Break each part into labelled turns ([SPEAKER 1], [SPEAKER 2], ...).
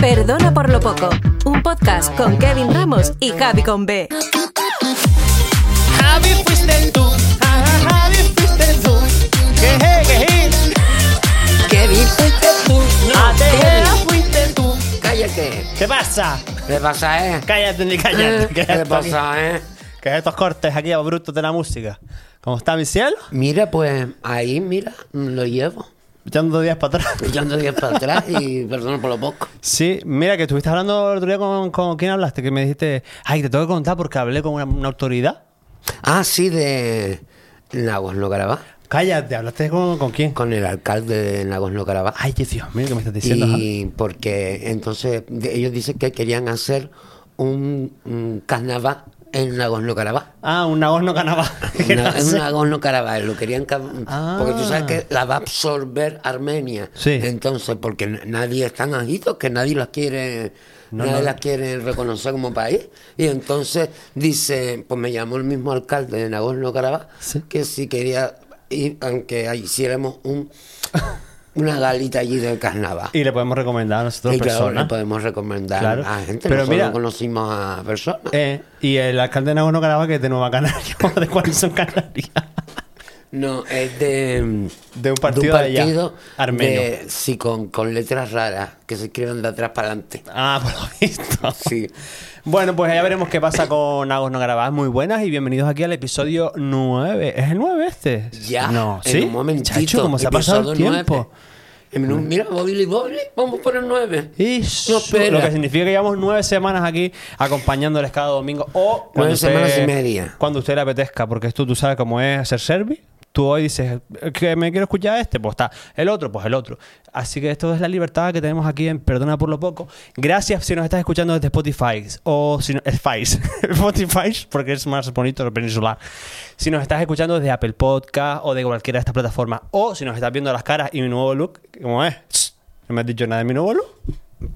[SPEAKER 1] Perdona por lo poco, un podcast con Kevin Ramos y Javi con B.
[SPEAKER 2] Javi fuiste tú, ajá, Javi fuiste tú. Que je, que je.
[SPEAKER 3] Kevin,
[SPEAKER 2] Fuiste tú, a Tejera fuiste tú.
[SPEAKER 3] cállate.
[SPEAKER 2] ¿Qué pasa?
[SPEAKER 3] ¿Qué pasa, eh?
[SPEAKER 2] Cállate, ni cállate.
[SPEAKER 3] ¿Qué
[SPEAKER 2] que
[SPEAKER 3] le
[SPEAKER 2] esto aquí-
[SPEAKER 3] pasa, eh?
[SPEAKER 2] Que estos cortes aquí abruptos de la música. ¿Cómo está mi cielo?
[SPEAKER 3] Mira, pues ahí, mira, lo llevo.
[SPEAKER 2] Echando días para atrás.
[SPEAKER 3] Yo ando 10 para atrás y perdón por lo poco.
[SPEAKER 2] Sí, mira, que estuviste hablando el otro día con, con quién hablaste, que me dijiste, ay, te tengo que contar porque hablé con una, una autoridad.
[SPEAKER 3] Ah, sí, de Nagosno Carabaj.
[SPEAKER 2] Cállate, hablaste con, con quién.
[SPEAKER 3] Con el alcalde de Nagosno Carabaj.
[SPEAKER 2] Ay, qué Dios mío, ¿qué me estás diciendo? Javi?
[SPEAKER 3] Y porque entonces de- ellos dicen que querían hacer un, un carnaval en Nagorno Carabaj.
[SPEAKER 2] Ah, un Nagos no ganaba. ¿Qué
[SPEAKER 3] No,
[SPEAKER 2] haces?
[SPEAKER 3] en Nagorno Karabaj, lo querían ca-
[SPEAKER 2] Ah.
[SPEAKER 3] porque tú sabes que la va a absorber Armenia.
[SPEAKER 2] Sí.
[SPEAKER 3] Entonces, porque n- nadie es tan ajitos que nadie las quiere
[SPEAKER 2] No,
[SPEAKER 3] nadie
[SPEAKER 2] no.
[SPEAKER 3] las quiere reconocer como país. Y entonces dice, pues me llamó el mismo alcalde de Nagorno Karabaj
[SPEAKER 2] Sí.
[SPEAKER 3] que si quería ir, aunque hiciéramos un una galita allí de carnaval.
[SPEAKER 2] Y le podemos recomendar a nosotros
[SPEAKER 3] Y claro,
[SPEAKER 2] personas.
[SPEAKER 3] le podemos recomendar
[SPEAKER 2] Claro.
[SPEAKER 3] a
[SPEAKER 2] Pero
[SPEAKER 3] gente, pero nosotros
[SPEAKER 2] mira-
[SPEAKER 3] conocimos a personas.
[SPEAKER 2] Eh, y el alcalde de Nagorno Karabaj que es de Nueva Canaria, o de cuáles son Canarias.
[SPEAKER 3] No, es de,
[SPEAKER 2] De un partido de allá,
[SPEAKER 3] partido
[SPEAKER 2] armenio.
[SPEAKER 3] de- sí, con, con letras raras que se escriben de atrás para adelante.
[SPEAKER 2] Ah, por lo visto.
[SPEAKER 3] Sí.
[SPEAKER 2] Bueno, pues ya veremos qué pasa con Nagorno Karabaj. Muy buenas y bienvenidos aquí al episodio 9. ¿Es el 9 este?
[SPEAKER 3] Ya,
[SPEAKER 2] No,
[SPEAKER 3] en
[SPEAKER 2] ¿sí?
[SPEAKER 3] un momentito.
[SPEAKER 2] Chacho, ¿cómo se ha pasado el
[SPEAKER 3] episodio
[SPEAKER 2] tiempo?
[SPEAKER 3] nueve. En un- mira, Bobby Bobby, vamos por el 9.
[SPEAKER 2] Y
[SPEAKER 3] No, espera.
[SPEAKER 2] lo que significa que llevamos nueve semanas aquí acompañándoles cada domingo o cuando usted-
[SPEAKER 3] semanas y media.
[SPEAKER 2] Cuando usted le apetezca, porque esto tú sabes cómo es hacer service. Tú hoy dices que me quiero escuchar este, pues está. El otro, pues el otro. Así que esto es la libertad que tenemos aquí en Perdona por lo poco. Gracias si nos estás escuchando desde Spotify o si no, eh, Spice. Spotify, porque es más bonito el peninsular. Si nos estás escuchando desde Apple Podcast o de cualquiera de estas plataformas o si nos estás viendo las caras y mi nuevo look, ¿cómo es? Tss, ¿No me has dicho nada de mi nuevo look?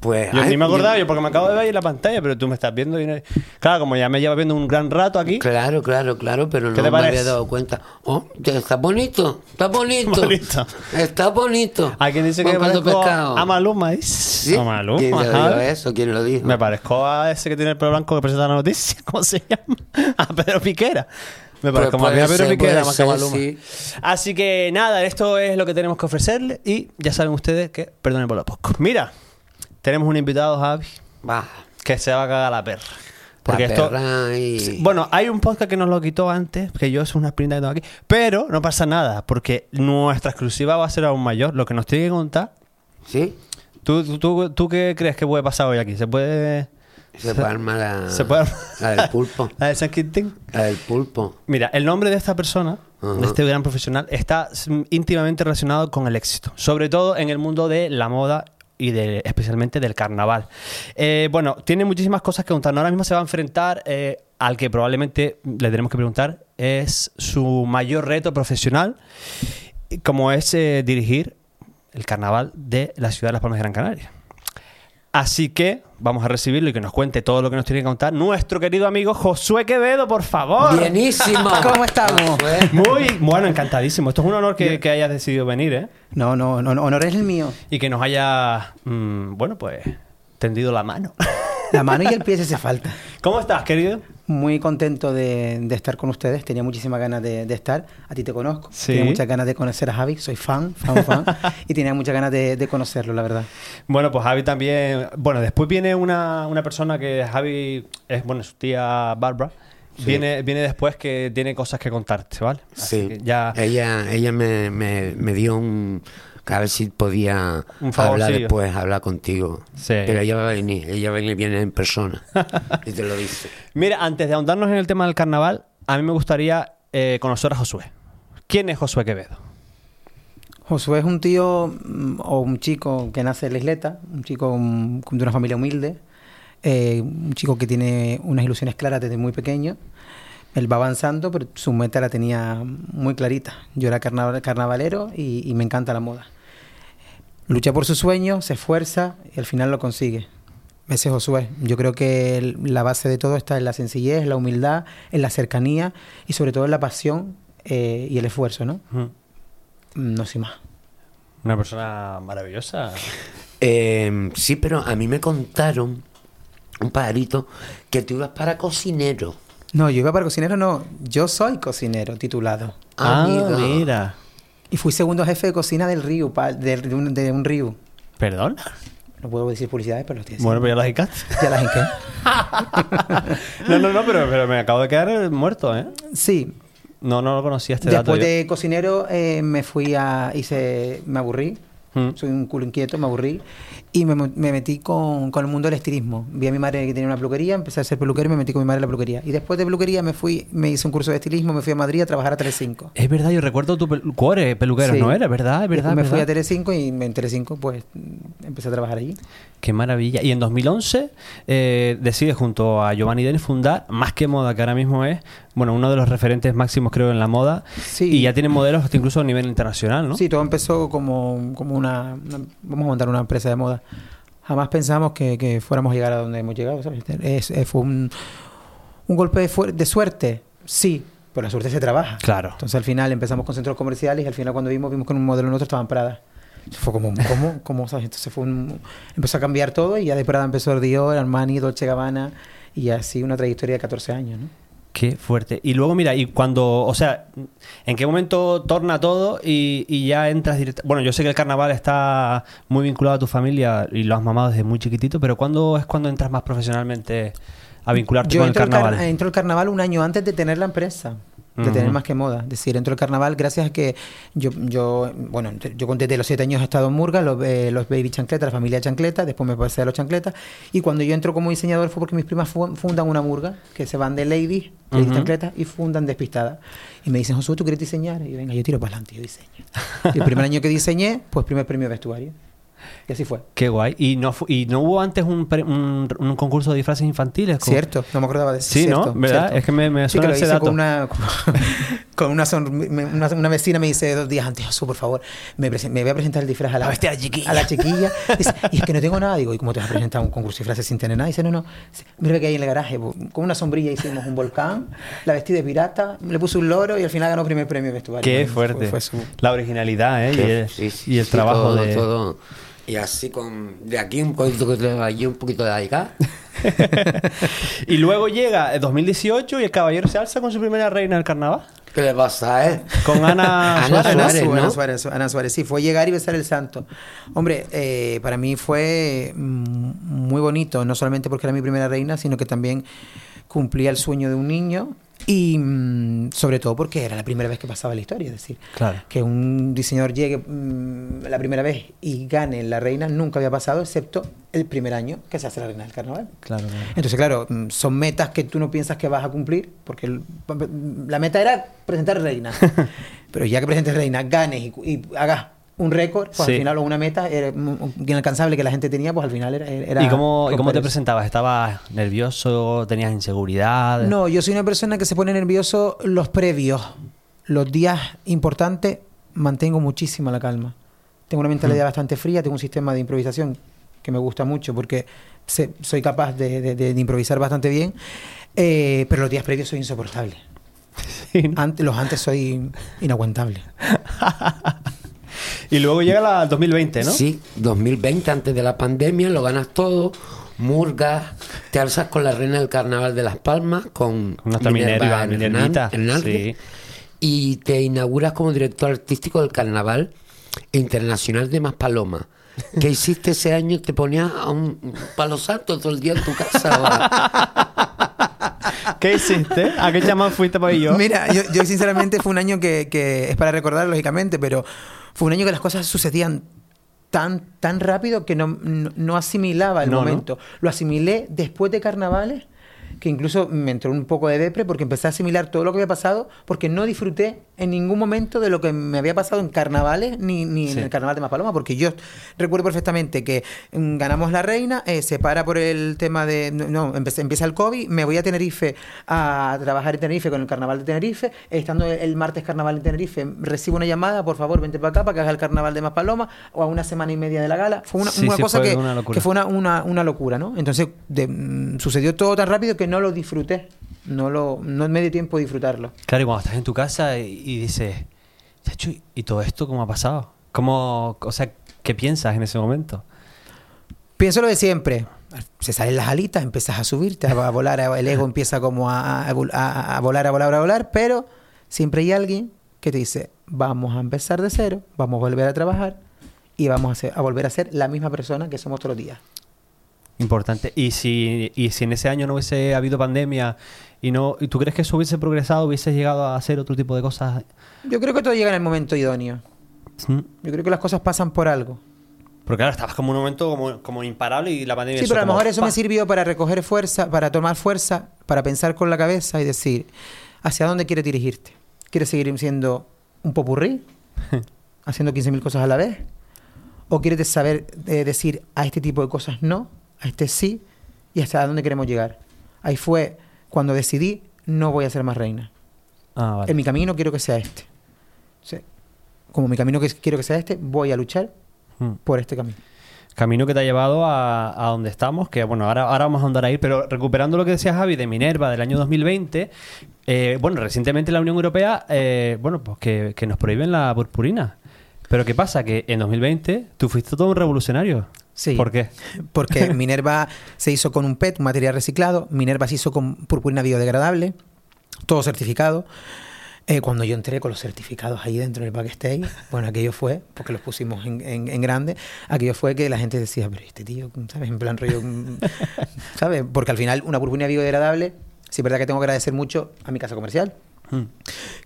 [SPEAKER 3] Pues,
[SPEAKER 2] Yo
[SPEAKER 3] ay,
[SPEAKER 2] ni me acordaba, yo porque me acabo de ver ahí en la pantalla, pero tú me estás viendo. Y no- Claro, como ya me llevas viendo un gran rato aquí.
[SPEAKER 3] Claro, claro, claro, pero
[SPEAKER 2] ¿Qué te
[SPEAKER 3] no me
[SPEAKER 2] parece?
[SPEAKER 3] había dado cuenta. Oh, te- está bonito, está bonito.
[SPEAKER 2] Bonito.
[SPEAKER 3] Está bonito.
[SPEAKER 2] Hay quien dice
[SPEAKER 3] Juan
[SPEAKER 2] que
[SPEAKER 3] Pablo
[SPEAKER 2] parezco
[SPEAKER 3] Pescado.
[SPEAKER 2] a Maluma. ¿eh?
[SPEAKER 3] ¿Sí?
[SPEAKER 2] A Maluma,
[SPEAKER 3] ¿Quién le dijo
[SPEAKER 2] ajá.
[SPEAKER 3] eso? ¿Quién lo dijo?
[SPEAKER 2] Me parezco a ese que tiene el pelo blanco que presenta la noticia. ¿Cómo se llama? A Pedro Piquera. Me
[SPEAKER 3] Pues
[SPEAKER 2] parezco más
[SPEAKER 3] puede
[SPEAKER 2] bien a Pedro
[SPEAKER 3] ser,
[SPEAKER 2] Piquera,
[SPEAKER 3] puede
[SPEAKER 2] más que a
[SPEAKER 3] ser,
[SPEAKER 2] Maluma.
[SPEAKER 3] sí.
[SPEAKER 2] Así que nada, esto es lo que tenemos que ofrecerle. Y ya saben ustedes que, perdonen por lo poco. Mira, tenemos un invitado, Javi,
[SPEAKER 3] Va.
[SPEAKER 2] que se va a cagar la perra. Porque
[SPEAKER 3] la
[SPEAKER 2] esto,
[SPEAKER 3] perra y-
[SPEAKER 2] Sí, Bueno, hay un podcast que nos lo quitó antes, que yo es una espinta que tengo aquí, pero no pasa nada, porque nuestra exclusiva va a ser aún mayor. Lo que nos tiene que contar,
[SPEAKER 3] ¿Sí?
[SPEAKER 2] ¿tú, tú, tú- tú qué crees que puede pasar hoy aquí? ¿Se puede...?
[SPEAKER 3] Se puede armar la,
[SPEAKER 2] se puede armar?
[SPEAKER 3] Ah, la del pulpo.
[SPEAKER 2] ¿La de San Quintín?
[SPEAKER 3] La del pulpo.
[SPEAKER 2] Mira, el nombre de esta persona,
[SPEAKER 3] Ajá.
[SPEAKER 2] de este gran profesional, está mm, íntimamente relacionado con el éxito, sobre todo en el mundo de la moda y de, especialmente del carnaval. Eh, bueno, tiene muchísimas cosas que contar. Ahora mismo se va a enfrentar eh, al que probablemente le tenemos que preguntar es su mayor reto profesional, como es eh, dirigir el carnaval de la ciudad de Las Palmas de Gran Canaria. Así que vamos a recibirlo y que nos cuente todo lo que nos tiene que contar nuestro querido amigo Josué Quevedo, por favor.
[SPEAKER 3] Bienísimo.
[SPEAKER 4] Oh. ¿Cómo estamos?
[SPEAKER 3] Pues,
[SPEAKER 2] Muy bueno, encantadísimo. Esto es un honor que, que hayas decidido venir, ¿eh?
[SPEAKER 4] No, no, no, no, honor es el mío.
[SPEAKER 2] Y que nos haya, mm, bueno, pues, tendido la mano.
[SPEAKER 4] La mano y el pie se hace falta.
[SPEAKER 2] ¿Cómo estás, querido?
[SPEAKER 4] Muy contento de, de estar con ustedes. Tenía muchísimas ganas de, de estar. A ti te conozco.
[SPEAKER 2] Sí.
[SPEAKER 4] Tenía muchas ganas de conocer a Javi. Soy fan, fan, fan. y tenía muchas ganas de, de conocerlo, la verdad.
[SPEAKER 2] Bueno, pues Javi también. Bueno, después viene una, una persona que Javi es, bueno, su tía Barbara. Viene, viene después que tiene cosas que contarte, ¿vale? Así
[SPEAKER 3] sí. Eh.
[SPEAKER 2] que ya.
[SPEAKER 3] Ella, ella me, me, me dio un. A ver si podía
[SPEAKER 2] Un favorcillo.
[SPEAKER 3] hablar después, hablar contigo.
[SPEAKER 2] Sí.
[SPEAKER 3] Pero ella va a venir, ella va a venir, viene en persona. y te lo dice.
[SPEAKER 2] Mira, antes de ahondarnos en el tema del carnaval, a mí me gustaría eh, conocer a Josué. ¿Quién es Josué Quevedo?
[SPEAKER 4] Josué es un tío mm, o un chico que nace en la isleta, un chico mm, de una familia humilde, eh, un chico que tiene unas ilusiones claras desde muy pequeño. Él va avanzando, pero su meta la tenía muy clarita. Yo era carnaval- carnavalero y, y me encanta la moda. Lucha por su sueño, se esfuerza y al final lo consigue. Ese es Josué. Yo creo que el- la base de todo está en la sencillez, en la humildad, en la cercanía y sobre todo en la pasión eh, y el esfuerzo, ¿no? No soy más.
[SPEAKER 2] Una persona maravillosa.
[SPEAKER 3] Eh, sí, pero a mí me contaron, un pajarito, que tú ibas para cocinero.
[SPEAKER 4] No, yo iba para cocinero, no. Yo soy cocinero titulado.
[SPEAKER 2] Ah,
[SPEAKER 3] Amigo.
[SPEAKER 2] mira.
[SPEAKER 4] Y fui segundo jefe de cocina del río, pa- de, de un, de un río.
[SPEAKER 2] ¿Perdón?
[SPEAKER 4] No puedo decir publicidades, pero lo estoy diciendo.
[SPEAKER 2] Bueno, pero ya lo dedicaste.
[SPEAKER 4] Ya las hinqué.
[SPEAKER 2] No, no, no, pero, pero me acabo de quedar eh, muerto, ¿eh?
[SPEAKER 4] Sí.
[SPEAKER 2] No, no lo conocía este dato.
[SPEAKER 4] Después
[SPEAKER 2] yo.
[SPEAKER 4] de cocinero eh, me fui a... hice... me aburrí.
[SPEAKER 2] Mm.
[SPEAKER 4] Soy un culo inquieto, me aburrí. Y me, mo- me metí con, con el mundo del estilismo. Vi a mi madre que tenía una peluquería, empecé a ser peluquero y me metí con mi madre en la peluquería. Y después de peluquería me fui, me hice un curso de estilismo, me fui a Madrid a trabajar a Telecinco.
[SPEAKER 2] Es verdad, yo recuerdo tu pel- cuore, peluquero,
[SPEAKER 4] Sí.
[SPEAKER 2] ¿no era? ¿Verdad? Es
[SPEAKER 4] Después
[SPEAKER 2] verdad.
[SPEAKER 4] Me
[SPEAKER 2] es
[SPEAKER 4] fui a
[SPEAKER 2] verdad.
[SPEAKER 4] Telecinco y me- en Telecinco pues mm, empecé a trabajar allí.
[SPEAKER 2] Qué maravilla. Y en 2011 eh, decide junto a Giovanni Denis fundar Más que Moda, que ahora mismo es, bueno, uno de los referentes máximos creo en la moda.
[SPEAKER 4] Sí.
[SPEAKER 2] Y ya tiene modelos hasta incluso a nivel internacional, ¿no?
[SPEAKER 4] Sí, todo empezó como, como una, una- Vamos a montar una empresa de moda. Jamás pensamos que, que fuéramos a llegar a donde hemos llegado, ¿sabes? Es- eh, fue un, un golpe de, fuer- de suerte, sí, pero la suerte se trabaja.
[SPEAKER 2] Claro.
[SPEAKER 4] Entonces al final empezamos con centros comerciales y al final cuando vimos, vimos que en un modelo en otro estaban Prada. Entonces, Fue como, ¿cómo? ¿Cómo? ¿sabes? Entonces fue un- empezó a cambiar todo y ya de Prada empezó el Dior, Armani, Dolce Gabbana y así una trayectoria de 14 años, ¿no?
[SPEAKER 2] Qué fuerte. Y luego, mira, y cuando, o sea, ¿en qué momento torna todo y, y ya entras directo? Bueno, yo sé que el carnaval está muy vinculado a tu familia y lo has mamado desde muy chiquitito, pero ¿cuándo es cuando entras más profesionalmente a vincularte
[SPEAKER 4] Yo
[SPEAKER 2] con el
[SPEAKER 4] entro al
[SPEAKER 2] carnaval?
[SPEAKER 4] car- entro al carnaval un año antes de tener la empresa, de tener
[SPEAKER 2] Ujú.
[SPEAKER 4] más que moda. Es decir, entro al carnaval gracias a que yo, yo bueno, ent- yo con- desde los siete años he estado en Murga, los, eh, los baby chancletas, la familia chancleta, después me pasé a los chancletas. Y cuando yo entro como diseñador fue porque mis primas fu- fundan una Murga, que se van de ladies, ladies
[SPEAKER 2] Ujú.
[SPEAKER 4] chancletas, y fundan despistadas. Y me dicen, Josué, ¿tú quieres diseñar? Y yo, venga, yo tiro para adelante, yo diseño. y el primer año que diseñé, pues primer premio de vestuario. Y así fue.
[SPEAKER 2] Qué guay. ¿Y no, fu- y no hubo antes un, pre- un- un concurso de disfraces infantiles? con-
[SPEAKER 4] Cierto, no me acordaba de eso.
[SPEAKER 2] Sí,
[SPEAKER 4] cierto,
[SPEAKER 2] ¿no? ¿Verdad?
[SPEAKER 4] cierto.
[SPEAKER 2] Es que me, me
[SPEAKER 4] Sí,
[SPEAKER 2] suena
[SPEAKER 4] que lo
[SPEAKER 2] ese
[SPEAKER 4] hice
[SPEAKER 2] dato.
[SPEAKER 4] con una, con una, sonri- me- una, una vecina me dice dos días antes, Josu, por favor, me, presen- me voy a presentar el disfraz a la,
[SPEAKER 2] A vestir a la chiquilla".
[SPEAKER 4] a la chiquilla. Dice, y es que no tengo nada. Digo, ¿y cómo te vas a presentar a un concurso de disfraces sin tener nada? Dice, no, no, Dice, mira que hay en el garaje. Con una sombrilla hicimos un volcán, la vestí de pirata, le puse un loro y al final ganó primer premio de vestuario.
[SPEAKER 2] Qué
[SPEAKER 4] Fue-
[SPEAKER 2] fuerte.
[SPEAKER 4] fue su-
[SPEAKER 2] La originalidad, ¿eh? Y
[SPEAKER 3] Que-
[SPEAKER 2] el,
[SPEAKER 3] sí, sí,
[SPEAKER 2] y el
[SPEAKER 3] sí,
[SPEAKER 2] trabajo
[SPEAKER 3] todo,
[SPEAKER 2] de...
[SPEAKER 3] todo. Y así con de aquí un poquito de allí, un poquito de allá.
[SPEAKER 2] y luego llega eh, el 2018 y el caballero se alza con su primera reina del carnaval.
[SPEAKER 3] ¿Qué le pasa, eh?
[SPEAKER 2] Con Ana,
[SPEAKER 3] Ana
[SPEAKER 2] Ah, Suárez, ¿no?
[SPEAKER 3] Suárez,
[SPEAKER 4] Ana,
[SPEAKER 3] ¿no?
[SPEAKER 4] Suárez, Ana Suárez, sí, fue llegar y besar el santo. Hombre, eh, para mí fue mm, muy bonito, no solamente porque era mi primera reina, sino que también cumplía el sueño de un niño y mm, sobre todo porque era la primera vez que pasaba la historia, es decir,
[SPEAKER 2] Claro.
[SPEAKER 4] que un diseñador llegue mm, la primera vez y gane la reina nunca había pasado, excepto el primer año que se hace la reina del carnaval.
[SPEAKER 2] Claro, claro.
[SPEAKER 4] Entonces, claro, mm, son metas que tú no piensas que vas a cumplir, porque el- la meta era presentar reina. Pero ya que presentes reina, ganes y, cu- y hagas un récord, pues
[SPEAKER 2] Sí.
[SPEAKER 4] al final, o una meta era, mm, inalcanzable que la gente tenía, pues al final era. era
[SPEAKER 2] ¿Y cómo, y cómo te
[SPEAKER 4] romper eso.
[SPEAKER 2] presentabas? ¿Estabas nervioso? ¿Tenías inseguridad?
[SPEAKER 4] No, yo soy una persona que se pone nervioso los previos. Los días importantes mantengo muchísima la calma. Tengo una mentalidad bastante fría, tengo un sistema de improvisación que me gusta mucho porque sé- soy capaz de, de- de- de improvisar bastante bien, eh, pero los días previos soy insoportable.
[SPEAKER 2] Sí, ¿no?
[SPEAKER 4] Ante- los antes soy inaguantable.
[SPEAKER 2] Y luego llega la el 2020, ¿no?
[SPEAKER 3] Sí, 2020, antes de la pandemia, lo ganas todo. Murgas, te alzas con la reina del carnaval de Las Palmas, con
[SPEAKER 2] Con nuestra Minerva,
[SPEAKER 3] Hernán-
[SPEAKER 2] Minervita. Sí.
[SPEAKER 3] Hernández, y te inauguras como director artístico del Carnaval Internacional de Maspaloma. ¿Qué hiciste ese año? Te ponías a un palo santo todo el día en tu casa.
[SPEAKER 2] ¿Qué hisiste? ¿A qué chamán fuiste para yo?
[SPEAKER 4] Mira, yo, yo sinceramente fue un año que, que es para recordar, lógicamente, pero fue un año que las cosas sucedían tan, tan rápido que no, no, no asimilaba el
[SPEAKER 2] No, ¿no?
[SPEAKER 4] momento. Lo asimilé después de carnavales, que incluso me entró un poco de depre porque empecé a asimilar todo lo que había pasado, porque no disfruté en ningún momento de lo que me había pasado en carnavales ni, ni
[SPEAKER 2] Sí.
[SPEAKER 4] en el carnaval de Maspaloma, porque yo recuerdo perfectamente que mm, ganamos la reina, eh, se para por el tema de. No, no, empecé- empieza el COVID, me voy a Tenerife a trabajar en Tenerife con el carnaval de Tenerife. Estando el martes carnaval en Tenerife, recibo una llamada, por favor, vente para acá para que haga el carnaval de Maspaloma, o a una semana y media de la gala. Fue una,
[SPEAKER 2] Sí,
[SPEAKER 4] una
[SPEAKER 2] sí,
[SPEAKER 4] cosa
[SPEAKER 2] fue
[SPEAKER 4] que,
[SPEAKER 2] una locura.
[SPEAKER 4] que fue una, una, una locura, ¿no? Entonces de- mm, sucedió todo tan rápido que no lo disfruté. No, lo, no me dio tiempo de disfrutarlo.
[SPEAKER 2] Claro, y cuando estás en tu casa y, y dices, "Chacho, ¿y todo esto cómo ha pasado? ¿Cómo, o sea, qué piensas en ese momento?
[SPEAKER 4] Pienso lo de siempre. Se salen las alitas, empiezas a subirte, a volar, a- el ego empieza como a, a- a- a volar, a volar, a volar, pero siempre hay alguien que te dice, vamos a empezar de cero, vamos a volver a trabajar y vamos a, ser- a volver a ser la misma persona que somos todos los días.
[SPEAKER 2] Importante. Y si, y si en ese año no hubiese habido pandemia y no, ¿y tú crees que eso hubiese progresado, hubiese llegado a hacer otro tipo de cosas?
[SPEAKER 4] Yo creo que todo llega en el momento idóneo.
[SPEAKER 2] Mm.
[SPEAKER 4] Yo creo que las cosas pasan por algo.
[SPEAKER 2] Porque claro, estabas como en un momento como, como imparable y la pandemia.
[SPEAKER 4] Sí, pero a lo
[SPEAKER 2] como,
[SPEAKER 4] mejor eso
[SPEAKER 2] ¡pa!
[SPEAKER 4] me sirvió para recoger fuerza, para tomar fuerza, para pensar con la cabeza y decir, ¿hacia dónde quieres dirigirte? ¿Quieres seguir siendo un popurrí? haciendo 15.000 cosas a la vez? ¿O quieres de- saber eh, decir a este tipo de cosas no, a este sí y hasta dónde queremos llegar? Ahí fue cuando decidí, no voy a ser más reina.
[SPEAKER 2] Ah, vale.
[SPEAKER 4] En mi camino quiero que sea este. O sea, como mi camino que quiero que sea este, voy a luchar
[SPEAKER 2] Mm.
[SPEAKER 4] por este camino.
[SPEAKER 2] Camino que te ha llevado a, a donde estamos, que bueno, ahora, ahora vamos a andar ahí, pero recuperando lo que decía Javi de Minerva del año 2020, eh, bueno, recientemente la Unión Europea, eh, bueno, pues que, que nos prohíben la purpurina. Pero ¿qué pasa? Que en 2020 tú fuiste todo un revolucionario.
[SPEAKER 4] Sí.
[SPEAKER 2] ¿Por qué?
[SPEAKER 4] Porque Minerva se hizo con un PET, un material reciclado. Minerva se hizo con purpurina biodegradable. Todo certificado. Eh, cuando yo entré con los certificados ahí dentro del backstage, bueno, aquello fue, porque los pusimos en, en- en grande, aquello fue que la gente decía, pero este tío, ¿sabes? En plan rollo, mm, ¿sabes? Porque al final una purpurina biodegradable, sí es verdad que tengo que agradecer mucho a mi casa comercial,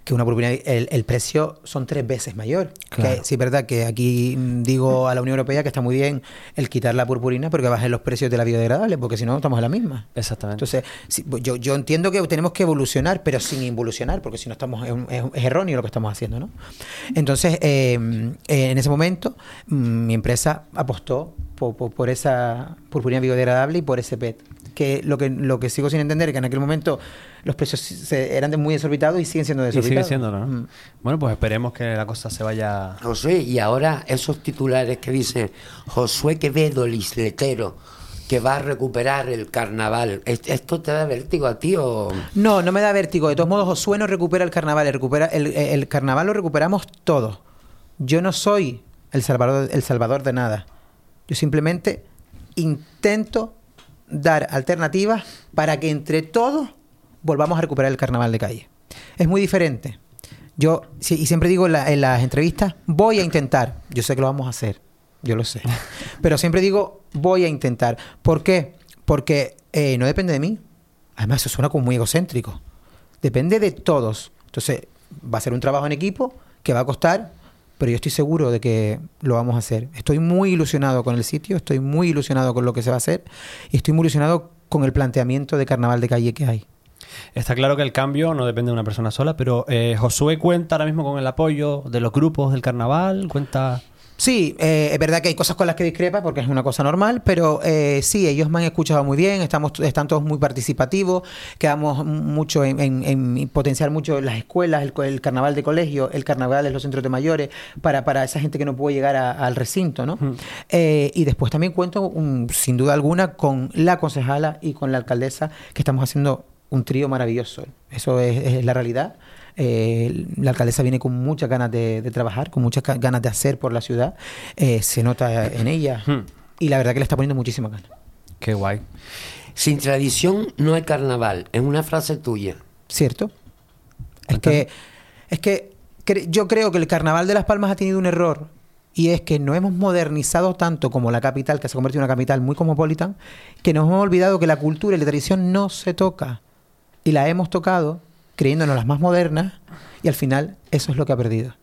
[SPEAKER 4] que una purpurina, el, el precio son tres veces mayor.
[SPEAKER 2] Claro.
[SPEAKER 4] Que sí, es verdad que aquí mm, digo a la Unión Europea que está muy bien el quitar la purpurina, pero que bajen los precios de la biodegradable, porque si no, estamos en la misma.
[SPEAKER 2] Exactamente.
[SPEAKER 4] Entonces, sí, bo- yo, yo entiendo que tenemos que evolucionar, pero sin involucionar, porque si no estamos en- es, es erróneo lo que estamos haciendo, ¿no? Entonces, eh, eh, en ese momento, mm, mi empresa apostó po- po- por, esa purpurina biodegradable y por ese PET. Que lo que lo que sigo sin entender es que en aquel momento los precios se- eran de muy desorbitados y siguen siendo
[SPEAKER 2] y sigue
[SPEAKER 4] desorbitados.
[SPEAKER 2] siéndolo, ¿no?
[SPEAKER 4] Mm.
[SPEAKER 2] Bueno, pues esperemos que la cosa se vaya.
[SPEAKER 3] Josué, y ahora esos titulares que dicen Josué Quevedo, el isletero, que va a recuperar el carnaval. ¿Est- ¿Esto te da vértigo a ti o...?
[SPEAKER 4] No, no me da vértigo. De todos modos, Josué no recupera el carnaval. El, recupera, el, el carnaval lo recuperamos todos. Yo no soy el salvador, el salvador de nada. Yo simplemente intento dar alternativas para que entre todos volvamos a recuperar el carnaval de calle. Es muy diferente. Yo, sí, y siempre digo en, la- en las entrevistas, voy a intentar. Yo sé que lo vamos a hacer. Yo lo sé. Pero siempre digo, voy a intentar. ¿Por qué? Porque eh, no depende de mí. Además, eso suena como muy egocéntrico. Depende de todos. Entonces, va a ser un trabajo en equipo que va a costar, pero yo estoy seguro de que lo vamos a hacer. Estoy muy ilusionado con el sitio, estoy muy ilusionado con lo que se va a hacer y estoy muy ilusionado con el planteamiento de carnaval de calle que hay.
[SPEAKER 2] Está claro que el cambio no depende de una persona sola, pero eh, Josué cuenta ahora mismo con el apoyo de los grupos del carnaval, cuenta.
[SPEAKER 4] Sí, eh, es verdad que hay cosas con las que discrepa porque es una cosa normal, pero eh, sí, ellos me han escuchado muy bien, estamos, están todos muy participativos, quedamos mucho en, en- en potenciar mucho las escuelas, el, co- el carnaval de colegio, el carnaval en los centros de mayores, para, para esa gente que no puede llegar a- al recinto, ¿no? Eh, y después también cuento, un- sin duda alguna, con la concejala y con la alcaldesa, que estamos haciendo un trío maravilloso. Eso es, es la realidad. Eh, la alcaldesa viene con muchas ganas de, de trabajar, con muchas ca- ganas de hacer por la ciudad. Eh, se nota en ella.
[SPEAKER 2] Hmm.
[SPEAKER 4] Y la verdad que le está poniendo muchísima ganas.
[SPEAKER 2] Qué guay.
[SPEAKER 3] Sin tradición no hay carnaval. Es una frase tuya.
[SPEAKER 4] ¿Cierto? Es que, es que cre- yo creo que el Carnaval de Las Palmas ha tenido un error. Y es que no hemos modernizado tanto como la capital, que se ha convertido en una capital muy cosmopolitan, que nos hemos olvidado que la cultura y la tradición no se toca. Y la hemos tocado creyéndonos las más modernas. Y al final eso es lo que ha perdido.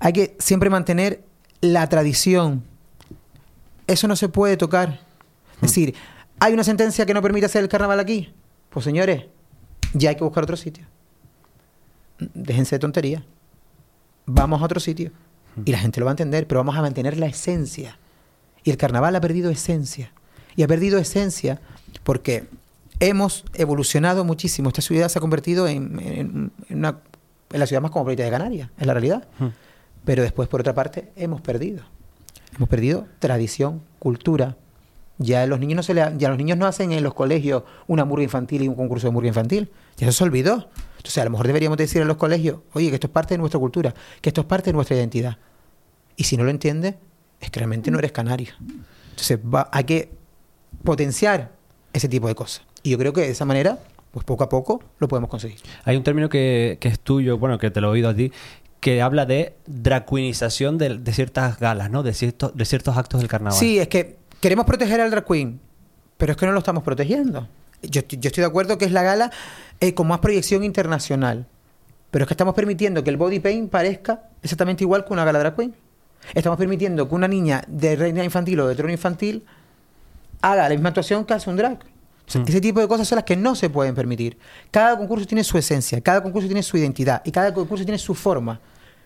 [SPEAKER 4] Hay que siempre mantener la tradición. Eso no se puede tocar. Es decir, ¿hay una sentencia que no permite hacer el carnaval aquí? Pues señores, ya hay que buscar otro sitio. Déjense de tontería. Vamos a otro sitio. Y la gente lo va a entender, pero vamos a mantener la esencia. Y el carnaval ha perdido esencia. Y ha perdido esencia porque hemos evolucionado muchísimo. Esta ciudad se ha convertido en, en- en una- en la ciudad más cosmopolita de Canarias, es la realidad. Pero después, por otra parte, hemos perdido. Hemos perdido tradición, cultura. Ya a los niños no se le, ya los niños no hacen en los colegios una hamburguesa infantil y un concurso de hamburguesa infantil. Ya eso se olvidó. Entonces, a lo mejor deberíamos decir a los colegios, oye, que esto es parte de nuestra cultura, que esto es parte de nuestra identidad. Y si no lo entiendes, es que realmente no eres canario. Entonces va, hay que potenciar ese tipo de cosas. Y yo creo que de esa manera, pues poco a poco lo podemos conseguir.
[SPEAKER 2] Hay un término que, que es tuyo, bueno, que te lo he oído a ti, que habla de dracuinización de, de ciertas galas, ¿no? De, ciertos de ciertos actos del carnaval.
[SPEAKER 4] Sí, es que queremos proteger al drag queen, pero es que no lo estamos protegiendo. Yo, estoy- yo estoy de acuerdo que es la gala eh, con más proyección internacional, pero es que estamos permitiendo que el body paint parezca exactamente igual que una gala drag queen. Estamos permitiendo que una niña de reina infantil o de trono infantil haga la misma actuación que hace un drag. O sea,
[SPEAKER 2] Mm.
[SPEAKER 4] Ese tipo de cosas son las que no se pueden permitir. Cada concurso tiene su esencia, cada concurso tiene su identidad y cada concurso tiene su forma.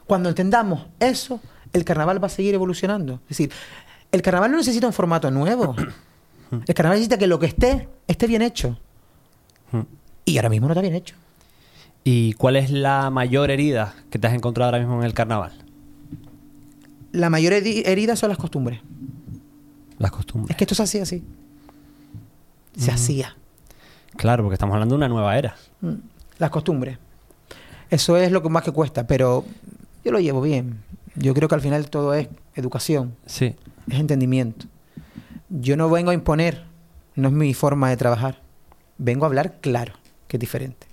[SPEAKER 4] Cuando entendamos eso, el carnaval va a seguir evolucionando. Es decir, el carnaval no necesita un formato nuevo. El carnaval necesita que lo que esté esté bien hecho.
[SPEAKER 2] Mm.
[SPEAKER 4] Y ahora mismo no está bien hecho.
[SPEAKER 2] ¿Y cuál es la mayor herida que te has encontrado ahora mismo en el carnaval?
[SPEAKER 4] La mayor heri- herida son las costumbres.
[SPEAKER 2] Las costumbres.
[SPEAKER 4] Es que esto se hacía así. Se
[SPEAKER 2] Mm.
[SPEAKER 4] hacía.
[SPEAKER 2] Claro, porque estamos hablando de una nueva era.
[SPEAKER 4] Mm. Las costumbres. Eso es lo que más que cuesta, pero yo lo llevo bien. Yo creo que al final todo es educación,
[SPEAKER 2] Sí.
[SPEAKER 4] es entendimiento. Yo no vengo a imponer, no es mi forma de trabajar. Vengo a hablar claro, que es diferente.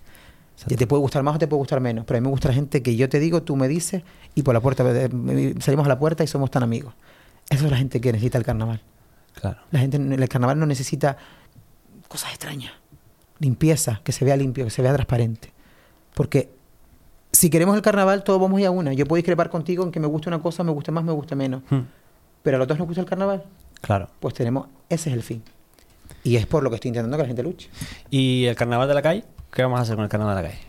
[SPEAKER 4] Ya te puede gustar más o te puede gustar menos, pero a mí me gusta la gente que yo te digo, tú me dices y por la puerta eh, salimos a la puerta y somos tan amigos. Eso es la gente que necesita el carnaval.
[SPEAKER 2] Claro.
[SPEAKER 4] La gente en el carnaval no necesita cosas extrañas. Limpieza, que se vea limpio, que se vea transparente. Porque si queremos el carnaval, todos vamos a ir a una. Yo puedo discrepar contigo en que me gusta una cosa, me gusta más, me gusta menos.
[SPEAKER 2] Hmm.
[SPEAKER 4] Pero a los dos nos gusta el carnaval,
[SPEAKER 2] Claro.
[SPEAKER 4] pues tenemos, ese es el fin. Y es por lo que estoy intentando que la gente luche.
[SPEAKER 2] ¿Y el carnaval de la calle? ¿Qué vamos a hacer con el carnaval de la calle?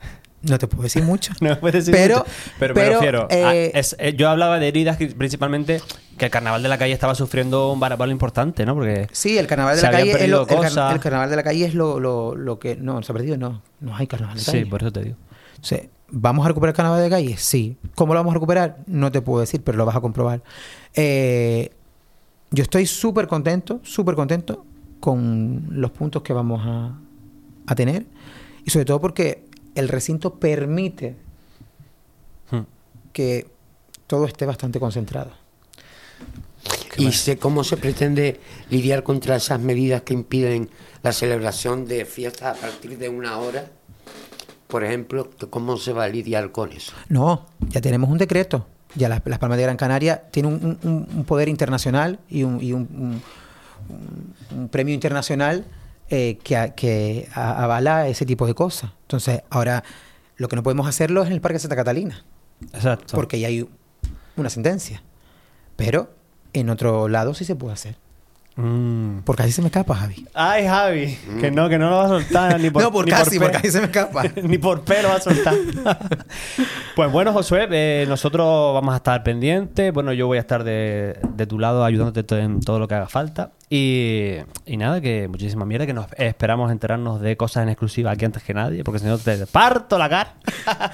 [SPEAKER 4] No te puedo decir mucho.
[SPEAKER 2] No me puedes decir
[SPEAKER 4] Pero-
[SPEAKER 2] mucho. pero,
[SPEAKER 4] pero,
[SPEAKER 2] me refiero. a-
[SPEAKER 4] eh,
[SPEAKER 2] es- eh, yo hablaba de heridas que, principalmente que el carnaval de la calle estaba sufriendo un varapalo importante, ¿no? Porque.
[SPEAKER 4] Sí, el carnaval de
[SPEAKER 2] Se
[SPEAKER 4] la
[SPEAKER 2] habían
[SPEAKER 4] calle es
[SPEAKER 2] perdido
[SPEAKER 4] lo, el, car-
[SPEAKER 2] cosas.
[SPEAKER 4] el carnaval de la calle es lo, lo- lo que no se ha perdido, no, no hay carnaval de calle.
[SPEAKER 2] Sí, por eso te digo.
[SPEAKER 4] O sea, ¿Vamos a recuperar el carnaval de calle? Sí. ¿Cómo lo vamos a recuperar? No te puedo decir, pero lo vas a comprobar. Eh, yo estoy súper contento, súper contento con los puntos que vamos a, a tener. Y sobre todo porque el recinto permite
[SPEAKER 2] Hmm.
[SPEAKER 4] que todo esté bastante concentrado.
[SPEAKER 2] ¿Qué
[SPEAKER 3] ¿Y
[SPEAKER 2] más?
[SPEAKER 3] sé cómo se pretende lidiar contra esas medidas que impiden la celebración de fiestas a partir de una hora? Por ejemplo, ¿cómo se va a lidiar con eso?
[SPEAKER 4] No, ya tenemos un decreto. Ya las, las Palmas de Gran Canaria tienen un, un- un poder internacional y un, y un- un- un- un premio internacional eh, que, a- que a- avala ese tipo de cosas. Entonces, ahora lo que no podemos hacerlo es en el Parque Santa Catalina,
[SPEAKER 2] Exacto.
[SPEAKER 4] porque ya hay una sentencia. Pero en otro lado sí se puede hacer.
[SPEAKER 2] Mm.
[SPEAKER 4] Por casi se me escapa, Javi.
[SPEAKER 2] Ay, Javi, que no, que no lo va a soltar ni por
[SPEAKER 4] Hmm. no, por
[SPEAKER 2] ni
[SPEAKER 4] casi, por
[SPEAKER 2] pe-
[SPEAKER 4] casi se me escapa.
[SPEAKER 2] Ni por pelo va a soltar. pues bueno, Josué, eh, nosotros vamos a estar pendientes. Bueno, yo voy a estar de, de tu lado ayudándote to- en todo lo que haga falta. Y, y nada, que muchísima mierda, que nos esperamos enterarnos de cosas en exclusiva aquí antes que nadie, porque si no te parto la cara.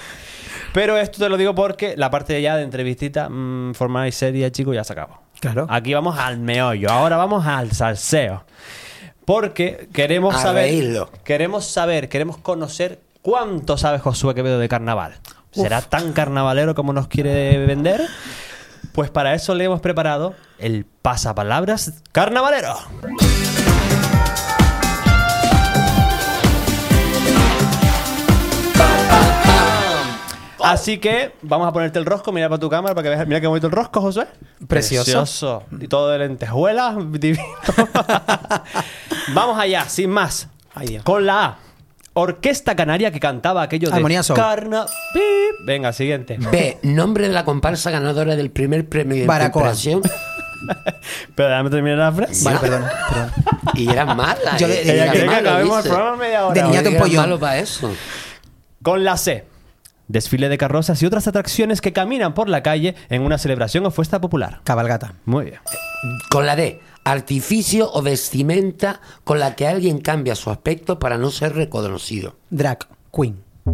[SPEAKER 2] Pero esto te lo digo porque la parte ya de entrevistita mm, formal y seria, chicos, ya se acabó.
[SPEAKER 4] Claro.
[SPEAKER 2] Aquí vamos al meollo, ahora vamos al salseo. Porque queremos
[SPEAKER 3] A
[SPEAKER 2] saber.
[SPEAKER 3] reírlo.
[SPEAKER 2] Queremos saber, queremos conocer cuánto sabe Josué Quevedo de carnaval. ¿Será tan carnavalero como nos quiere vender? Pues para eso le hemos preparado el pasapalabras carnavalero. Así que vamos a ponerte el rosco, mira para tu cámara para que veas, mira qué bonito el rosco, Josué.
[SPEAKER 4] Precioso.
[SPEAKER 2] Precioso. Y todo de lentejuelas, divino. vamos allá, sin más.
[SPEAKER 4] Ay, Dios.
[SPEAKER 2] Con la A. Orquesta Canaria que cantaba aquello de
[SPEAKER 4] Armonía Soul.
[SPEAKER 2] carna... Pip. Venga, siguiente.
[SPEAKER 3] B. Nombre de la comparsa ganadora del primer premio de
[SPEAKER 4] Baracoa.
[SPEAKER 3] interpretación.
[SPEAKER 2] Pero déjame terminar la frase.
[SPEAKER 4] Vale, perdón. perdón.
[SPEAKER 3] Y era mala.
[SPEAKER 4] Yo le-
[SPEAKER 3] eh,
[SPEAKER 4] ella
[SPEAKER 3] era
[SPEAKER 2] Ella quiere que
[SPEAKER 3] malo,
[SPEAKER 2] acabemos el
[SPEAKER 3] dice.
[SPEAKER 2] programa en media hora. ¿eh?
[SPEAKER 4] De niñato en
[SPEAKER 3] Era
[SPEAKER 4] pollón.
[SPEAKER 3] malo para eso.
[SPEAKER 2] Con la C. Desfile de carrozas y otras atracciones que caminan por la calle en una celebración o fiesta popular.
[SPEAKER 4] Cabalgata.
[SPEAKER 2] Muy bien.
[SPEAKER 3] Con la D. Artificio o vestimenta con la que alguien cambia su aspecto para no ser reconocido.
[SPEAKER 4] Drag. Queen. Ay,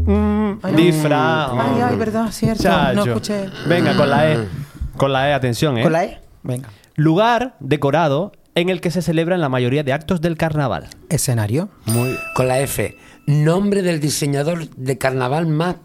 [SPEAKER 4] no.
[SPEAKER 2] Disfraz.
[SPEAKER 4] Ay, ay, verdad, cierto. No
[SPEAKER 2] Mm, Chacho.
[SPEAKER 4] escuché.
[SPEAKER 2] Venga, con la E. Con la E, atención, ¿eh?
[SPEAKER 4] Mm. ¿Con la E? Venga.
[SPEAKER 2] Lugar decorado en el que se celebran la mayoría de actos del carnaval.
[SPEAKER 4] Escenario.
[SPEAKER 3] Con la F. Nombre del diseñador de carnaval más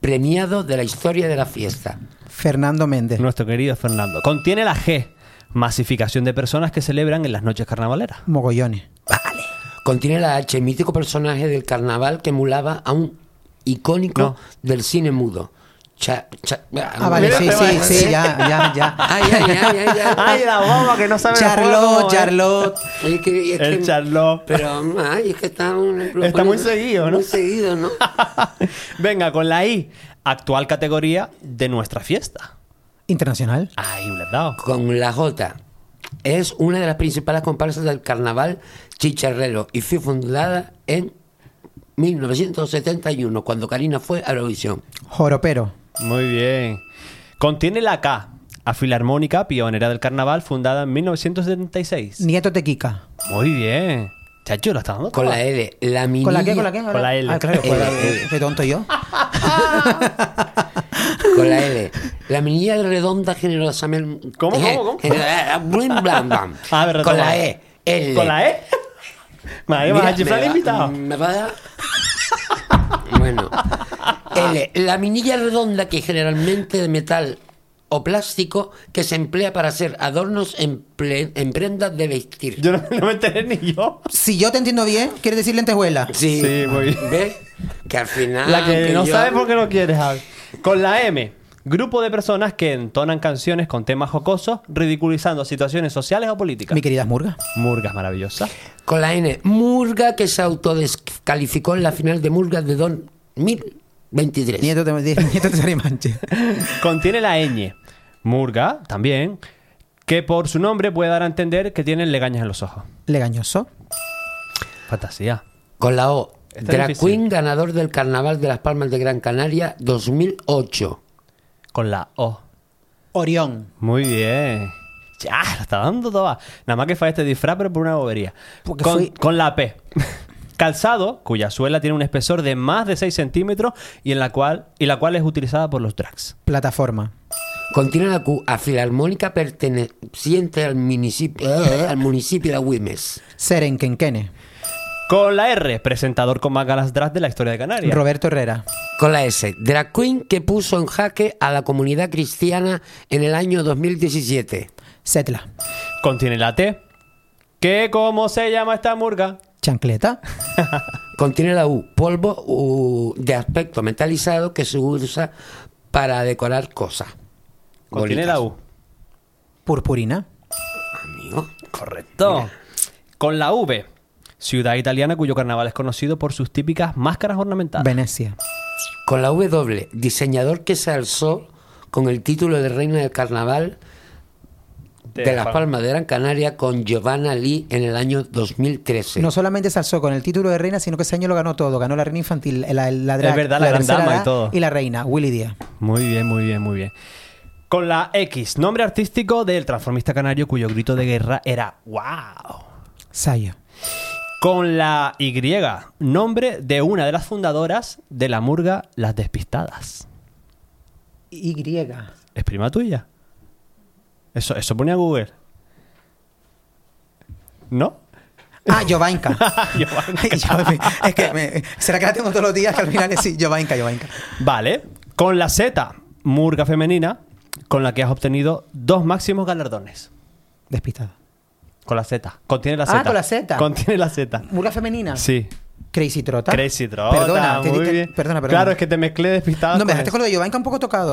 [SPEAKER 3] premiado de la historia de la fiesta.
[SPEAKER 4] Fernando Méndez.
[SPEAKER 2] Nuestro querido Fernando. Contiene la G. Masificación de personas que celebran en las noches carnavaleras.
[SPEAKER 4] Mogollones.
[SPEAKER 3] Vale. Contiene la H, mítico personaje del carnaval que emulaba a un icónico
[SPEAKER 2] No.
[SPEAKER 3] del cine mudo. Cha- cha-
[SPEAKER 4] Ah, vale, sí, sí, sí, ya, ya, ya.
[SPEAKER 3] Ay, ay, ay, ay, ay.
[SPEAKER 2] la bomba que no sabe
[SPEAKER 4] Charlot, Charlot.
[SPEAKER 3] Oye, es que- es
[SPEAKER 2] El
[SPEAKER 3] que-
[SPEAKER 2] Charlot.
[SPEAKER 3] Pero, ay, es que está, un-
[SPEAKER 2] Está muy seguido, ¿no?
[SPEAKER 3] Muy seguido, ¿no?
[SPEAKER 2] Venga, con la I. Actual categoría de nuestra fiesta.
[SPEAKER 4] Internacional.
[SPEAKER 2] Ay, le has dado.
[SPEAKER 3] Con la J. Es una de las principales comparsas del carnaval chicharrero y fue fundada en 1971, cuando Karina fue a Eurovisión.
[SPEAKER 4] Joropero.
[SPEAKER 2] Muy bien. Contiene la K. A Filarmónica, pionera del carnaval, fundada en 1976.
[SPEAKER 4] Nieto Tequica.
[SPEAKER 2] Muy bien. Chacho, lo está dando.
[SPEAKER 3] Con
[SPEAKER 2] todo.
[SPEAKER 3] la L, la minilla.
[SPEAKER 4] ¿Con la qué? ¿Con la qué?
[SPEAKER 2] Con la L.
[SPEAKER 4] Ah, claro, con la-
[SPEAKER 3] L.
[SPEAKER 4] qué tonto yo.
[SPEAKER 3] Con la L. La minilla redonda generosamente.
[SPEAKER 2] ¿Cómo, cómo, cómo?
[SPEAKER 3] Blim, blam, blam.
[SPEAKER 2] A ver,
[SPEAKER 3] Con
[SPEAKER 2] retoma.
[SPEAKER 3] la E. L.
[SPEAKER 2] ¿Con la E? Madre, vas a chiflar al invitado.
[SPEAKER 3] Me va Mm. a dar. Bueno. L, la minilla redonda que generalmente de metal o plástico que se emplea para hacer adornos en, ple- en prendas de vestir.
[SPEAKER 2] Yo no, no me enteré ni yo.
[SPEAKER 4] Si yo te entiendo bien, quieres decir lentejuela.
[SPEAKER 3] Sí,
[SPEAKER 2] Sí, muy bien.
[SPEAKER 3] ¿Ves? Que al final.
[SPEAKER 2] la que no
[SPEAKER 3] Ah, yo-
[SPEAKER 2] sabe por qué no quieres, Javi. Con la M. Grupo de personas que entonan canciones con temas jocosos, ridiculizando situaciones sociales o políticas.
[SPEAKER 4] Mi querida Murga.
[SPEAKER 2] Murgas maravillosa.
[SPEAKER 3] Con la N, Murga que se autodescalificó en la final de Murga de 2023.
[SPEAKER 4] Nieto te, nieto te Sarimanche.
[SPEAKER 2] Contiene la ñ. Murga, también. Que por su nombre puede dar a entender que tienen legañas en los ojos.
[SPEAKER 4] Legañoso.
[SPEAKER 2] Fantasía.
[SPEAKER 3] Con la O,
[SPEAKER 2] Está
[SPEAKER 3] Drag
[SPEAKER 2] difícil.
[SPEAKER 3] Queen ganador del Carnaval de las Palmas de Gran Canaria 2008.
[SPEAKER 2] Con la O.
[SPEAKER 4] Orión.
[SPEAKER 2] Muy bien. Ya, la está dando toda. Nada más que fue este disfraz, pero por una bobería.
[SPEAKER 4] Porque
[SPEAKER 2] Con,
[SPEAKER 4] fui-
[SPEAKER 2] con la P. Calzado, cuya suela tiene un espesor de más de 6 centímetros y, en la cual, y la cual es utilizada por los drags.
[SPEAKER 4] Plataforma.
[SPEAKER 3] Contiene la Q, a Filarmónica perteneciente al municipio, al municipio de Güemes.
[SPEAKER 4] Serenquenquene.
[SPEAKER 2] Con la R, presentador con más galas drag de la historia de Canarias.
[SPEAKER 4] Roberto Herrera.
[SPEAKER 3] Con la S, Drag Queen que puso en jaque a la comunidad cristiana en el año 2017.
[SPEAKER 4] Setla.
[SPEAKER 2] Contiene la T. ¿Qué, cómo se llama esta murga?
[SPEAKER 4] Chancleta.
[SPEAKER 3] Contiene la U, polvo uh, de aspecto metalizado que se usa para decorar cosas.
[SPEAKER 2] Contiene la U.
[SPEAKER 4] Purpurina.
[SPEAKER 3] Amigo.
[SPEAKER 2] Correcto. Con la V, ciudad italiana cuyo carnaval es conocido por sus típicas máscaras ornamentadas.
[SPEAKER 4] Venecia.
[SPEAKER 3] Con la W, diseñador que se alzó con el título de reina del carnaval de, Las Palmas de Gran Canaria con Giovanna Lee en el año 2013.
[SPEAKER 4] No solamente se alzó con el título de reina, sino que ese año lo ganó todo. Ganó la reina infantil, la, la drag,
[SPEAKER 2] Es verdad, la gran
[SPEAKER 4] tercera
[SPEAKER 2] dama y
[SPEAKER 4] edad
[SPEAKER 2] todo.
[SPEAKER 4] Y la reina, Willy Díaz.
[SPEAKER 2] Muy bien, muy bien, muy bien. Con la X, nombre artístico del transformista canario cuyo grito de guerra era ¡Wow!
[SPEAKER 4] Sayo.
[SPEAKER 2] Con la Y, nombre de una de las fundadoras de la murga Las Despistadas.
[SPEAKER 4] Y.
[SPEAKER 2] ¿Es prima tuya? Eso, eso ponía Google. ¿No?
[SPEAKER 4] Ah, Jovanka.
[SPEAKER 2] Giovanka.
[SPEAKER 4] Ay, yo me- es que me- será que la tengo todos los días que al final es sí, Jovanka, Jovanka.
[SPEAKER 2] Vale. Con la Z, murga femenina, con la que has obtenido dos máximos galardones.
[SPEAKER 4] Despistada.
[SPEAKER 2] Con la Z. Contiene la
[SPEAKER 4] Ah,
[SPEAKER 2] Z.
[SPEAKER 4] con la Z.
[SPEAKER 2] Contiene la Z.
[SPEAKER 4] Murga femenina.
[SPEAKER 2] Sí.
[SPEAKER 4] Crazy Trota.
[SPEAKER 2] Crazy Trota,
[SPEAKER 4] Ah. Perdona, te-
[SPEAKER 2] muy
[SPEAKER 4] te-
[SPEAKER 2] bien.
[SPEAKER 4] perdona, perdona.
[SPEAKER 2] Claro, es que te mezclé despistado.
[SPEAKER 4] No, me
[SPEAKER 2] con
[SPEAKER 4] dejaste
[SPEAKER 2] eso.
[SPEAKER 4] con lo de Jovanka un poco tocado.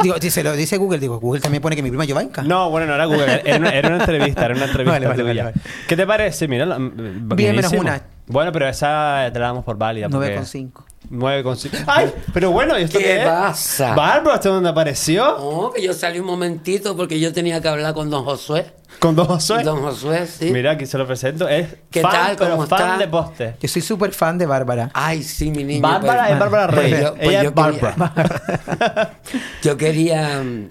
[SPEAKER 4] digo, si se lo dice Google, digo, Google también pone que mi prima es Jovanka.
[SPEAKER 2] No, bueno, no era Google, era una, era una entrevista, era una entrevista
[SPEAKER 4] Vale, vale,
[SPEAKER 2] tuya.
[SPEAKER 4] vale, vale.
[SPEAKER 2] ¿Qué te parece? Mira, la- mm,
[SPEAKER 4] menos
[SPEAKER 2] buenísimo.
[SPEAKER 4] una.
[SPEAKER 2] Bueno, pero esa te la damos por válida. porque-
[SPEAKER 4] 9,5.
[SPEAKER 2] 9,5. ¡Ay! Pero bueno, ¿y esto
[SPEAKER 3] ¿Qué
[SPEAKER 2] qué, es?
[SPEAKER 3] pasa?
[SPEAKER 2] Bárbaro, ¿hasta dónde apareció?
[SPEAKER 3] No, que yo salí un momentito porque yo tenía que hablar con don Josué.
[SPEAKER 2] Con dos Josué.
[SPEAKER 3] Don Josué, sí.
[SPEAKER 2] Mira, aquí se lo presento. Es
[SPEAKER 3] ¿Qué
[SPEAKER 2] fan,
[SPEAKER 3] tal?
[SPEAKER 2] pero
[SPEAKER 3] ¿Cómo
[SPEAKER 2] fan
[SPEAKER 3] está?
[SPEAKER 2] de poste.
[SPEAKER 4] Yo soy súper fan de Bárbara.
[SPEAKER 3] Ay, sí, mi niño.
[SPEAKER 2] Bárbara
[SPEAKER 3] pues,
[SPEAKER 2] es Bárbara
[SPEAKER 3] pues
[SPEAKER 2] Reyes.
[SPEAKER 3] yo- pues
[SPEAKER 2] Ella
[SPEAKER 3] yo
[SPEAKER 2] es
[SPEAKER 3] quería-
[SPEAKER 2] Bárbara.
[SPEAKER 3] Yo quería. mm,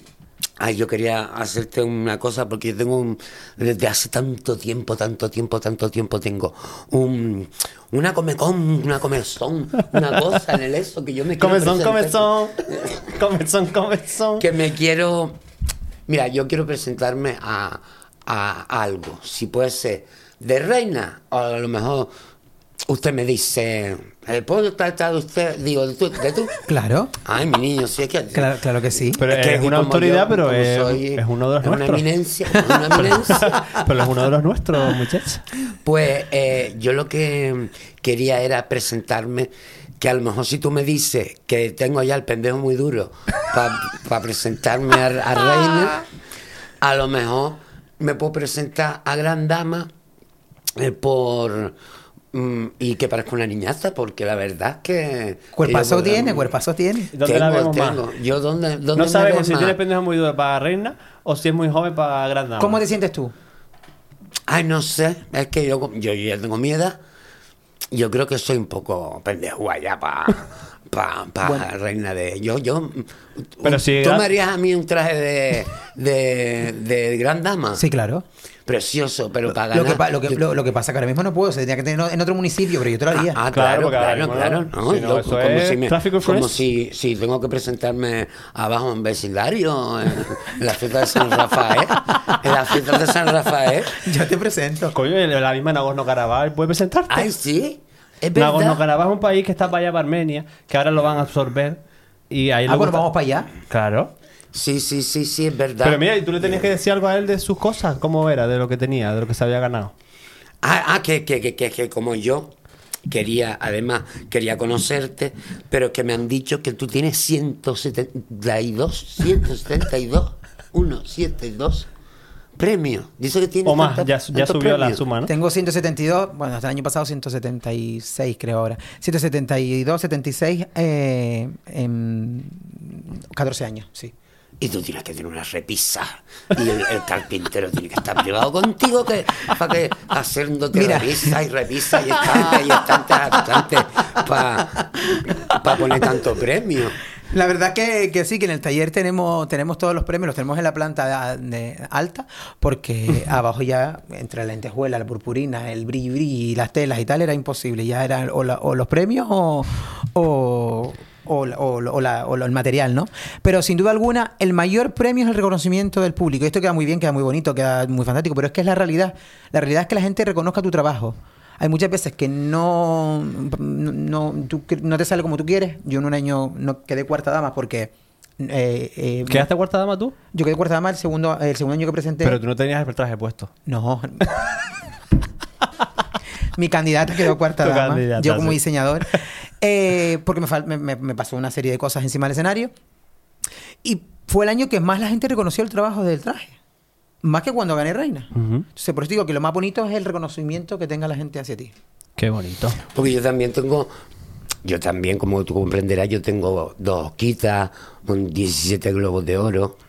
[SPEAKER 3] Ay, yo quería hacerte una cosa porque yo tengo un. Desde hace tanto tiempo, tanto tiempo, tanto tiempo tengo un. Una comecón, una comezón, una cosa en el eso que yo me quiero
[SPEAKER 2] comezón,
[SPEAKER 3] presentar.
[SPEAKER 2] comezón. Comezón, comezón.
[SPEAKER 3] Que me quiero. Mira, yo quiero presentarme a, a algo. Si puede ser de reina, o a lo mejor usted me dice, ¿eh, ¿puedo tratar de usted? Digo, ¿de tú? de tú?
[SPEAKER 4] Claro,
[SPEAKER 3] Ay, mi niño, sí, es que...
[SPEAKER 4] claro, claro que sí.
[SPEAKER 2] Pero es
[SPEAKER 3] como
[SPEAKER 2] una autoridad, pero
[SPEAKER 3] como
[SPEAKER 2] es- es uno de los
[SPEAKER 3] una
[SPEAKER 2] nuestros.
[SPEAKER 3] eminencia, una eminencia.
[SPEAKER 2] Pero es uno de los nuestros, muchachos.
[SPEAKER 3] Pues eh, yo lo que quería era presentarme, que a lo mejor si tú me dices que tengo ya el pendejo muy duro para presentarme a, a Reina, a lo mejor me puedo presentar a Gran Dama eh, por... mm, y que parezca una niñaza, porque la verdad que...
[SPEAKER 4] Cuerpazo
[SPEAKER 3] que yo-
[SPEAKER 4] tiene, cuerpazo tiene.
[SPEAKER 2] ¿Dónde la
[SPEAKER 3] tengo,
[SPEAKER 2] vemos
[SPEAKER 3] tengo.
[SPEAKER 2] más?
[SPEAKER 3] Yo, ¿dónde, dónde
[SPEAKER 2] No
[SPEAKER 3] me
[SPEAKER 2] sabemos
[SPEAKER 3] ves
[SPEAKER 2] si
[SPEAKER 3] más?
[SPEAKER 2] tiene pendejo muy duro para reina o si es muy joven para gran dama.
[SPEAKER 4] ¿Cómo te sientes tú?
[SPEAKER 3] Ay, no sé, es que yo, yo ya tengo mi edad. Yo creo que soy un poco pendejo allá para pa, pa reina de. Yo, yo.
[SPEAKER 2] Pero si
[SPEAKER 3] ¿Tú
[SPEAKER 2] era-
[SPEAKER 3] me harías a mí un traje de, de, de gran dama?
[SPEAKER 4] Sí, claro.
[SPEAKER 3] Precioso, pero para
[SPEAKER 4] Lo
[SPEAKER 3] ganar.
[SPEAKER 4] que, pa- lo, que,
[SPEAKER 3] Ah. yo-
[SPEAKER 4] lo- lo que pasa es que ahora mismo no puedo, se tendría que tener en otro municipio, pero yo te lo haría.
[SPEAKER 3] Ah, ah,
[SPEAKER 2] Claro,
[SPEAKER 3] claro,
[SPEAKER 2] porque ahora
[SPEAKER 3] claro,
[SPEAKER 2] mismo
[SPEAKER 3] claro.
[SPEAKER 2] no.
[SPEAKER 3] no,
[SPEAKER 2] Si no,
[SPEAKER 3] yo
[SPEAKER 2] eso
[SPEAKER 3] como
[SPEAKER 2] es
[SPEAKER 3] si me-
[SPEAKER 2] tráfico
[SPEAKER 3] Como
[SPEAKER 2] fresh.
[SPEAKER 3] si, si tengo que presentarme abajo en vecindario, en, en la fiesta de San Rafael. En la fiesta de San Rafael.
[SPEAKER 4] Yo te presento.
[SPEAKER 2] Coño, la misma Nagorno-Karabaj puede presentarte.
[SPEAKER 3] Ay, sí. Es verdad.
[SPEAKER 2] Nagorno-Karabaj es un país que está para allá para Armenia, que ahora lo van a absorber. Y ahí
[SPEAKER 4] Ah,
[SPEAKER 2] le
[SPEAKER 4] bueno,
[SPEAKER 2] gusta-
[SPEAKER 4] vamos para allá.
[SPEAKER 2] Claro.
[SPEAKER 3] Sí, sí, sí, sí, es verdad.
[SPEAKER 2] Pero mira, y tú le tenías que decir algo a él de sus cosas, cómo era, de lo que tenía, de lo que se había ganado.
[SPEAKER 3] Ah, ah, que, que, que, que, que como yo quería, además, quería conocerte, pero que me han dicho que tú tienes 172, 172, 172 premios. Dice que tienes
[SPEAKER 2] O más, ya,
[SPEAKER 3] tantas-
[SPEAKER 2] ya
[SPEAKER 3] tantos
[SPEAKER 2] subió la
[SPEAKER 3] premios.
[SPEAKER 2] suma, ¿no?
[SPEAKER 4] Tengo 172, bueno, hasta el año pasado 176 creo ahora. 172, 76 eh, en 14 años, sí.
[SPEAKER 3] Y tú tienes que tener una repisa. Y el, el carpintero tiene que estar privado contigo que, para que haciéndote
[SPEAKER 4] Mira.
[SPEAKER 3] repisa y repisa y está y para poner tanto premio.
[SPEAKER 4] La verdad que, que sí, que en el taller tenemos, tenemos todos los premios, los tenemos en la planta de- de alta, porque abajo ya, entre la lentejuela, la purpurina, el brillo brilli, las telas y tal, era imposible. Ya eran o, la- o los premios o, o, o la- o lo- o la- o lo- el material, ¿no? Pero sin duda alguna, el mayor premio es el reconocimiento del público. Esto queda muy bien, queda muy bonito, queda muy fantástico, pero es que es la realidad. La realidad es que la gente reconozca tu trabajo. Hay muchas veces que no, no, tú cre- no te sale como tú quieres. Yo en un año no quedé cuarta dama porque... eh, eh,
[SPEAKER 2] ¿Quedaste cuarta dama tú?
[SPEAKER 4] Yo quedé cuarta dama el segundo, el segundo año que presenté.
[SPEAKER 2] Pero tú no tenías el traje puesto.
[SPEAKER 4] No. Mi candidata quedó cuarta
[SPEAKER 2] Tu
[SPEAKER 4] dama.
[SPEAKER 2] candidata,
[SPEAKER 4] Yo como
[SPEAKER 2] sí.
[SPEAKER 4] diseñador. Eh, porque me, fal- me- me- me pasó una serie de cosas encima del escenario. Y fue el año que más la gente reconoció el trabajo del traje. Más que cuando gané reina. Entonces, por eso digo que lo más bonito es el reconocimiento que tenga la gente hacia ti.
[SPEAKER 2] Qué bonito.
[SPEAKER 3] Porque yo también tengo, yo también, como tú comprenderás, yo tengo dos quitas, un 17 globos de oro.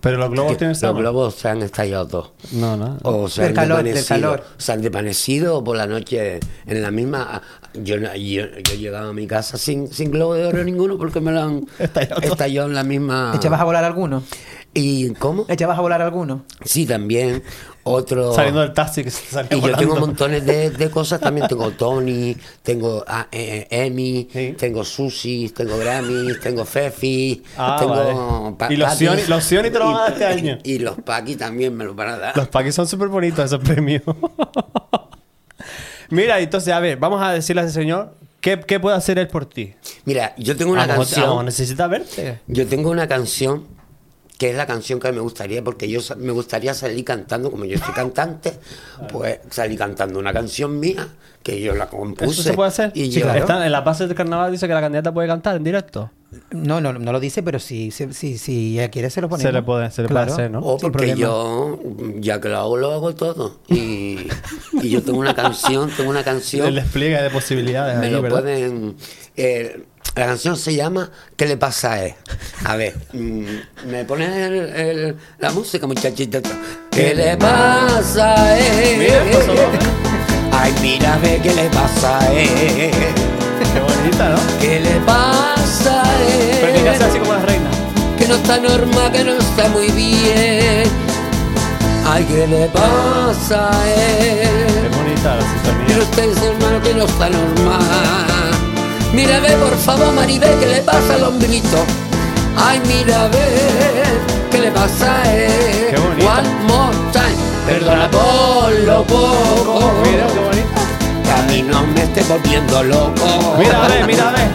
[SPEAKER 2] Pero los globos
[SPEAKER 3] Que
[SPEAKER 2] tienen
[SPEAKER 3] los
[SPEAKER 2] sama.
[SPEAKER 3] globos Oh, se han estallado dos.
[SPEAKER 2] No, no.
[SPEAKER 3] O se
[SPEAKER 4] Del
[SPEAKER 3] han
[SPEAKER 4] calor, del
[SPEAKER 3] desvanecido.
[SPEAKER 4] calor.
[SPEAKER 3] Se han desvanecido o por la noche en la misma. ah, Yo, no- yo, yo llegaba a mi casa sin, sin globo de oro ninguno porque me lo han
[SPEAKER 2] Estallado todo.
[SPEAKER 3] estallado en la misma.
[SPEAKER 4] ¿Echabas a volar alguno?
[SPEAKER 3] ¿Y cómo?
[SPEAKER 4] ¿Echabas a volar alguno?
[SPEAKER 3] Sí, también. Otro.
[SPEAKER 2] Saliendo del taxi que se
[SPEAKER 3] oh. Y
[SPEAKER 2] salió
[SPEAKER 3] yo
[SPEAKER 2] volando.
[SPEAKER 3] tengo montones de, de cosas también. Tengo Tony, tengo ah, eh, Emmy,
[SPEAKER 2] Sí.
[SPEAKER 3] tengo Susi, tengo Grammy, tengo Fefi,
[SPEAKER 2] Ah,
[SPEAKER 3] tengo
[SPEAKER 2] vale. ¿Y los
[SPEAKER 3] Paki.
[SPEAKER 2] Sioni- los Sioni te lo van a dar este año?
[SPEAKER 3] Y, y los Paki también me lo van a dar.
[SPEAKER 2] Los paquis son súper bonitos esos premios. Mira, entonces, a ver, vamos a decirle a ese señor qué, qué puede hacer él por ti.
[SPEAKER 3] Mira, yo tengo una
[SPEAKER 2] A lo mejor- a lo mejor
[SPEAKER 3] canción.
[SPEAKER 2] necesita verte.
[SPEAKER 3] Yo tengo una canción que es la canción que me gustaría, porque yo sa- me gustaría salir cantando, como yo soy cantante, pues salir cantando una canción mía que yo la compuse.
[SPEAKER 2] ¿Eso se puede hacer?
[SPEAKER 3] Y
[SPEAKER 2] Sí,
[SPEAKER 3] yo-
[SPEAKER 2] claro. Está- en las bases del carnaval dice que la candidata puede cantar en directo.
[SPEAKER 4] No, no, no lo dice, pero si, si, si, si ella quiere se lo ponemos.
[SPEAKER 2] Se le puede- se le puede hacer, ¿no?
[SPEAKER 3] O
[SPEAKER 4] Sin
[SPEAKER 3] Oh, porque
[SPEAKER 4] problema.
[SPEAKER 3] yo, ya que lo hago, lo hago todo. Y, y yo tengo una canción, tengo una
[SPEAKER 2] El
[SPEAKER 3] canción,
[SPEAKER 2] despliegue de posibilidades.
[SPEAKER 3] me
[SPEAKER 2] ahí,
[SPEAKER 3] lo
[SPEAKER 2] ¿verdad?
[SPEAKER 3] pueden... eh, la canción se llama ¿Qué le pasa a él? A ver, mm, ¿me pones el- el- la música, muchachita? ¿Qué le pasa a él?
[SPEAKER 2] Mira, por favor.
[SPEAKER 3] Ay, mira, ve qué le pasa a él.
[SPEAKER 2] Qué bonita, ¿no?
[SPEAKER 3] ¿Qué le pasa a él?
[SPEAKER 2] Pero tiene que hacer así como las reinas.
[SPEAKER 3] que no está normal, que no está muy bien. Ay, ¿qué le pasa a él?
[SPEAKER 2] Es bonita la
[SPEAKER 3] Pero
[SPEAKER 2] sintonía.
[SPEAKER 3] usted es hermano que no está normal. Mira, ve por favor, Maribel, ¿qué le pasa al hombrito? Ay, mira, ve, ¿qué le pasa a él?
[SPEAKER 2] Qué bonita.
[SPEAKER 3] One more time, perdona por lo poco.
[SPEAKER 2] Mira, qué bonita.
[SPEAKER 3] y no me esté volviendo loco.
[SPEAKER 2] Mira, a ver, mira, a ver.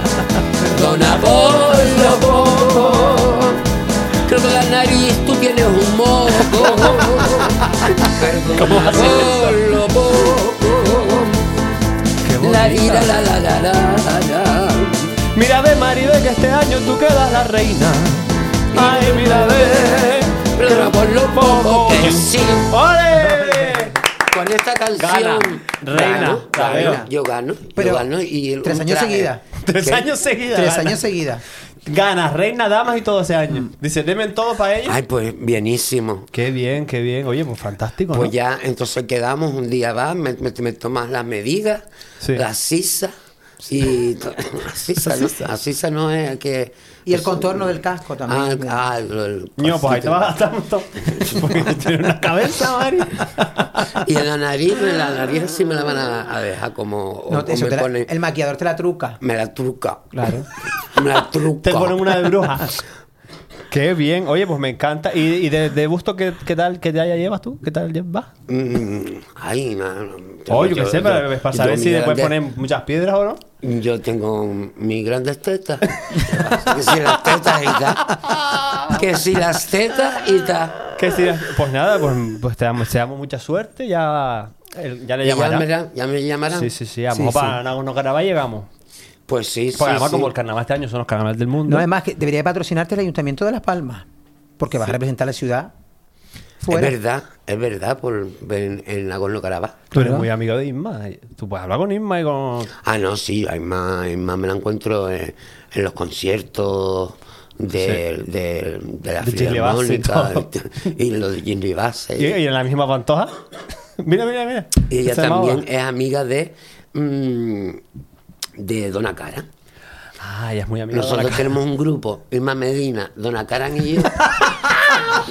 [SPEAKER 3] Perdona vos, loco. Creo que la nariz tú tienes un moco. Perdona vos, loco. La ira, la, la, la, la, la.
[SPEAKER 2] Mira, a ver, Maribel, que este año tú quedas la reina. Ay, mira, a ver.
[SPEAKER 3] Pero por lo poco que sí.
[SPEAKER 2] ¡Ole!
[SPEAKER 3] Con esta canción.
[SPEAKER 2] Gana, reina,
[SPEAKER 3] Gano,
[SPEAKER 2] la
[SPEAKER 3] gano,
[SPEAKER 2] veo.
[SPEAKER 3] Yo gano.
[SPEAKER 4] Pero
[SPEAKER 3] yo gano y el-
[SPEAKER 4] tres
[SPEAKER 3] un
[SPEAKER 4] años
[SPEAKER 3] traje.
[SPEAKER 4] seguida.
[SPEAKER 2] Tres
[SPEAKER 3] ¿Qué?
[SPEAKER 2] años seguidas.
[SPEAKER 4] Tres
[SPEAKER 2] gana.
[SPEAKER 4] años seguidas.
[SPEAKER 2] Ganas, reina, damas y todo ese año. Dice, denme todo para ellos.
[SPEAKER 3] Mm. Ay, pues bienísimo.
[SPEAKER 2] Qué bien, qué bien. Oye, pues fantástico,
[SPEAKER 3] Pues
[SPEAKER 2] ¿no?
[SPEAKER 3] ya, entonces quedamos, un día vas, me, me- me tomas las medidas,
[SPEAKER 2] Sí.
[SPEAKER 3] la sisa, y to- la sisa, ¿no? La sisa no es que...
[SPEAKER 4] Y el
[SPEAKER 3] eso-
[SPEAKER 4] contorno del casco
[SPEAKER 3] Ah,
[SPEAKER 4] también.
[SPEAKER 3] ah, lo- el
[SPEAKER 2] Ño, pues ahí te vas a gastar un montón. Porque tiene una cabeza, Mari.
[SPEAKER 3] Y en la nariz, en la nariz sí me la van a, a dejar como... o-
[SPEAKER 4] No,
[SPEAKER 3] o
[SPEAKER 4] eso
[SPEAKER 3] me
[SPEAKER 4] te la-
[SPEAKER 3] ponen-
[SPEAKER 4] el maquillador te la truca.
[SPEAKER 3] Me la truca.
[SPEAKER 4] Claro.
[SPEAKER 3] Me la
[SPEAKER 2] Te
[SPEAKER 3] truca.
[SPEAKER 2] ponen una de bruja. Qué bien. Oye, pues me encanta. ¿Y, y de, de gusto ¿qué, qué tal qué ya llevas tú? ¿Qué tal llevas?
[SPEAKER 3] Mm, Ay, no, no,
[SPEAKER 2] Oye, yo qué sé, para, para
[SPEAKER 3] yo-
[SPEAKER 2] saber
[SPEAKER 3] mi
[SPEAKER 2] si después
[SPEAKER 3] grande-
[SPEAKER 2] ponen muchas piedras o no.
[SPEAKER 3] Yo tengo mis grandes tetas. que si las tetas y tal. Que si las tetas y tal.
[SPEAKER 2] Que si- pues nada, pues, pues te, damos, te damos mucha suerte. Ya, el- ya le
[SPEAKER 3] Y Ya,
[SPEAKER 2] llamarán.
[SPEAKER 3] me la- ya me llamarán.
[SPEAKER 2] Sí, sí, sí. A lo
[SPEAKER 4] Sí,
[SPEAKER 2] mejor
[SPEAKER 4] sí.
[SPEAKER 2] para unos carnaval llegamos.
[SPEAKER 3] Pues sí, sí.
[SPEAKER 2] Porque además,
[SPEAKER 3] sí.
[SPEAKER 2] como el carnaval este año son los carnavales del mundo.
[SPEAKER 4] No, además que debería patrocinarte el Ayuntamiento de Las Palmas, porque vas a representar la ciudad fuera.
[SPEAKER 3] Es verdad, es verdad, por, en, en Nagorno Karabaj.
[SPEAKER 2] Tú eres
[SPEAKER 4] ¿verdad?
[SPEAKER 2] muy amigo de Isma. Tú puedes hablar con Isma y con.
[SPEAKER 3] Ah, no, sí, hay más, hay más me la encuentro en, en los conciertos de, de, de la
[SPEAKER 2] De Ginny Bassey y
[SPEAKER 3] Filarmónica
[SPEAKER 2] todo.
[SPEAKER 3] y lo de Ginny Bassey.
[SPEAKER 2] Y, este y en la misma pantoja. mira, mira, mira.
[SPEAKER 3] Y ella
[SPEAKER 2] Se
[SPEAKER 3] también
[SPEAKER 2] llamaba.
[SPEAKER 3] es amiga de, mm, de Dona Cara.
[SPEAKER 2] Ah, ella es muy amiga de
[SPEAKER 3] Nosotros
[SPEAKER 2] la-
[SPEAKER 3] tenemos un grupo, Irma Medina, Dona Karan y yo.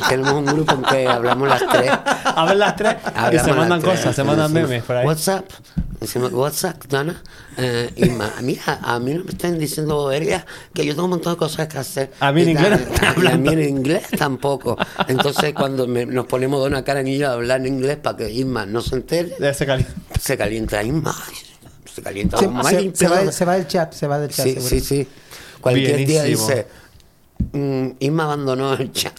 [SPEAKER 3] tenemos un grupo en que hablamos las tres.
[SPEAKER 2] A ver las tres. y
[SPEAKER 3] Hablamos
[SPEAKER 2] se
[SPEAKER 3] las
[SPEAKER 2] mandan
[SPEAKER 3] tres,
[SPEAKER 2] cosas, se
[SPEAKER 3] decimos,
[SPEAKER 2] mandan memes por ahí.
[SPEAKER 3] WhatsApp. Decimos, WhatsApp, Dona. Eh, Irma, mira, a mí no me están diciendo boberías, que yo tengo un montón de cosas que hacer.
[SPEAKER 2] A mí en
[SPEAKER 3] Y tal,
[SPEAKER 2] inglés no está
[SPEAKER 3] y A mí
[SPEAKER 2] hablando.
[SPEAKER 3] en inglés tampoco. Entonces, cuando me- nos ponemos Dona Karan y yo a hablar en inglés para que Irma no se entere,
[SPEAKER 2] De ese cali-
[SPEAKER 3] se calienta Irma. Se calienta
[SPEAKER 4] Se,
[SPEAKER 3] Irma,
[SPEAKER 4] se-
[SPEAKER 3] y
[SPEAKER 4] se va,
[SPEAKER 3] empieza-
[SPEAKER 4] del- se va del chat, se va del chat.
[SPEAKER 3] Sí,
[SPEAKER 4] seguro.
[SPEAKER 3] sí, sí. Cualquier día
[SPEAKER 2] Bienísimo.
[SPEAKER 3] dice, mm, Isma abandonó el chat.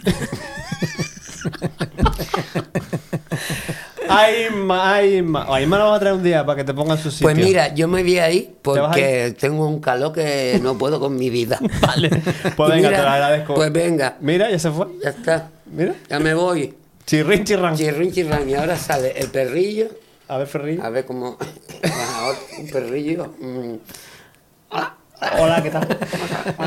[SPEAKER 2] Ay, Isma, ay, Isma. O A Isma la vamos a traer un día para que te pongan su sitio.
[SPEAKER 3] Pues mira, yo me vi ahí
[SPEAKER 2] vas
[SPEAKER 3] porque tengo un calor que no puedo con mi vida.
[SPEAKER 2] Vale. Pues
[SPEAKER 3] Y
[SPEAKER 2] venga,
[SPEAKER 3] mira,
[SPEAKER 2] te la agradezco.
[SPEAKER 3] Pues venga,
[SPEAKER 2] Mira, ya se fue.
[SPEAKER 3] ya está.
[SPEAKER 2] Mira. Ah.
[SPEAKER 3] Ya me voy.
[SPEAKER 2] Chirrin, chirran.
[SPEAKER 3] Chirrin, chirran. Y ahora sale el perrillo.
[SPEAKER 2] A ver, Ferrín.
[SPEAKER 3] A ver cómo... Ahora, un perrillo. mm,
[SPEAKER 2] Hola, ¿qué tal?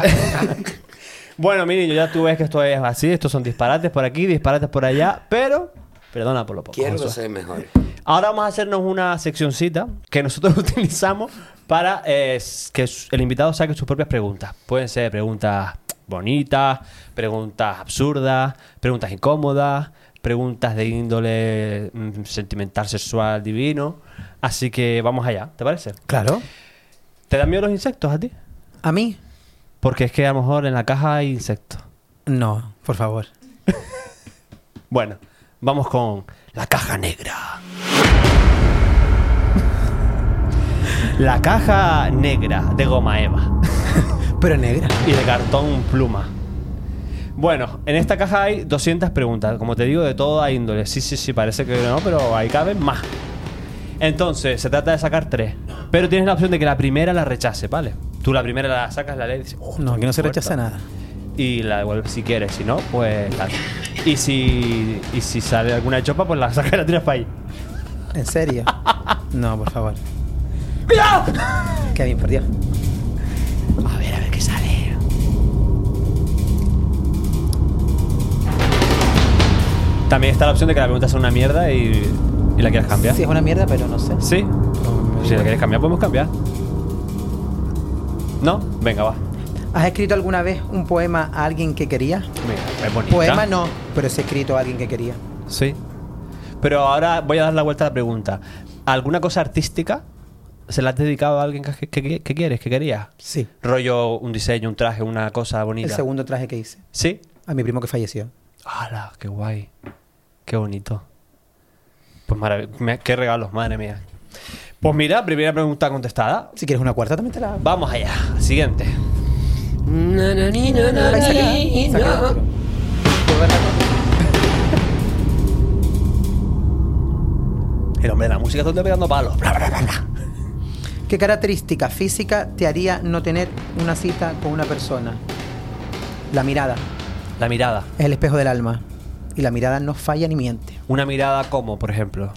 [SPEAKER 2] bueno, miren, yo ya tú ves que esto es así. Estos son disparates por aquí, disparates por allá. Pero, perdona por lo poco.
[SPEAKER 3] quiero
[SPEAKER 2] Josué.
[SPEAKER 3] ser mejor.
[SPEAKER 2] Ahora vamos a hacernos una seccioncita que nosotros utilizamos para eh, s- que s- el invitado saque sus propias preguntas. Pueden ser preguntas bonitas, preguntas absurdas, preguntas incómodas, preguntas de índole mm, sentimental, sexual, divino. Así que vamos allá, ¿te parece?
[SPEAKER 4] Claro.
[SPEAKER 2] ¿Te dan miedo los insectos a ti?
[SPEAKER 4] ¿A mí?
[SPEAKER 2] Porque es que a lo mejor en la caja hay insectos.
[SPEAKER 4] No, por favor.
[SPEAKER 2] Bueno, vamos con la caja negra. La caja negra de goma eva
[SPEAKER 4] Pero negra.
[SPEAKER 2] y de cartón pluma. Bueno, en esta caja hay 200 preguntas, como te digo, de toda índole. Sí, sí, sí, parece que no, pero ahí caben más. Entonces, se trata de sacar tres. Pero tienes la opción de que la primera la rechace, ¿vale? Tú la primera la sacas, la lees y dices, "Oh,
[SPEAKER 4] No, aquí no se
[SPEAKER 2] fuerte".
[SPEAKER 4] rechaza nada.
[SPEAKER 2] y la devuelves si quieres, si no, pues tal. Y si, y si sale alguna chopa, pues la sacas y la tiras para ahí.
[SPEAKER 4] ¿En serio? No, por favor.
[SPEAKER 2] ¡Cuidado!
[SPEAKER 4] Qué bien, por Dios.
[SPEAKER 2] A ver, a ver qué sale. También está la opción de que la pregunta sea una mierda y, y la quieras cambiar.
[SPEAKER 4] Sí,
[SPEAKER 2] Sí.
[SPEAKER 4] es una mierda, pero no sé.
[SPEAKER 2] Si la quieres cambiar, podemos cambiar. ¿No? Venga, va.
[SPEAKER 4] ¿Has escrito alguna vez un poema a alguien que quería?
[SPEAKER 2] Venga, es bonita.
[SPEAKER 4] Poema no, pero sí he escrito a alguien que quería.
[SPEAKER 2] Sí. Pero ahora voy a dar la vuelta a la pregunta. ¿Alguna cosa artística se la has dedicado a alguien que, que- que quieres, que querías?
[SPEAKER 4] Sí.
[SPEAKER 2] Rollo, un diseño, un traje, una cosa bonita.
[SPEAKER 4] El segundo traje que hice.
[SPEAKER 2] ¿Sí?
[SPEAKER 4] A mi primo que falleció.
[SPEAKER 2] ¡Hala! ¡Qué guay! ¡Qué bonito! Pues maravilloso. ¡Qué regalos, madre mía! Pues mira, primera pregunta contestada.
[SPEAKER 4] Si quieres una cuarta, también te la.
[SPEAKER 2] Vamos allá. Siguiente.
[SPEAKER 3] Na, na, ni, na, na,
[SPEAKER 4] Ahí saca-
[SPEAKER 3] ni,
[SPEAKER 4] saca la
[SPEAKER 3] na.
[SPEAKER 4] otra. Pues verdad,
[SPEAKER 2] El hombre de la música está pegando palos. Bla, bla, bla, bla.
[SPEAKER 4] ¿Qué característica física te haría no tener una cita con una persona? La mirada.
[SPEAKER 2] La mirada.
[SPEAKER 4] Es el espejo del alma. Y la mirada no falla ni miente.
[SPEAKER 2] Una mirada como, por ejemplo.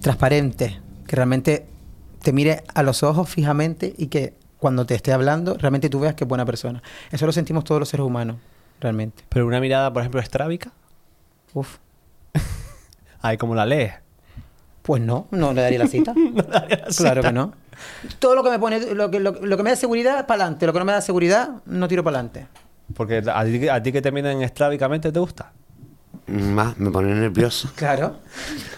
[SPEAKER 4] Transparente. Que realmente te mire a los ojos fijamente y que cuando te esté hablando, realmente tú veas que es buena persona. Eso lo sentimos todos los seres humanos, realmente.
[SPEAKER 2] Pero una mirada, por ejemplo, estrábica.
[SPEAKER 4] Uf.
[SPEAKER 2] Ahí como la lees.
[SPEAKER 4] Pues no, no le daría la cita. claro que no. Todo lo que me pone, lo que, lo, lo que me da seguridad, para adelante. Lo que no me da seguridad, no tiro para adelante.
[SPEAKER 2] Porque a ti, a ti que te miren estrábicamente te gusta.
[SPEAKER 3] Más, Mm, me pone nervioso.
[SPEAKER 4] Claro.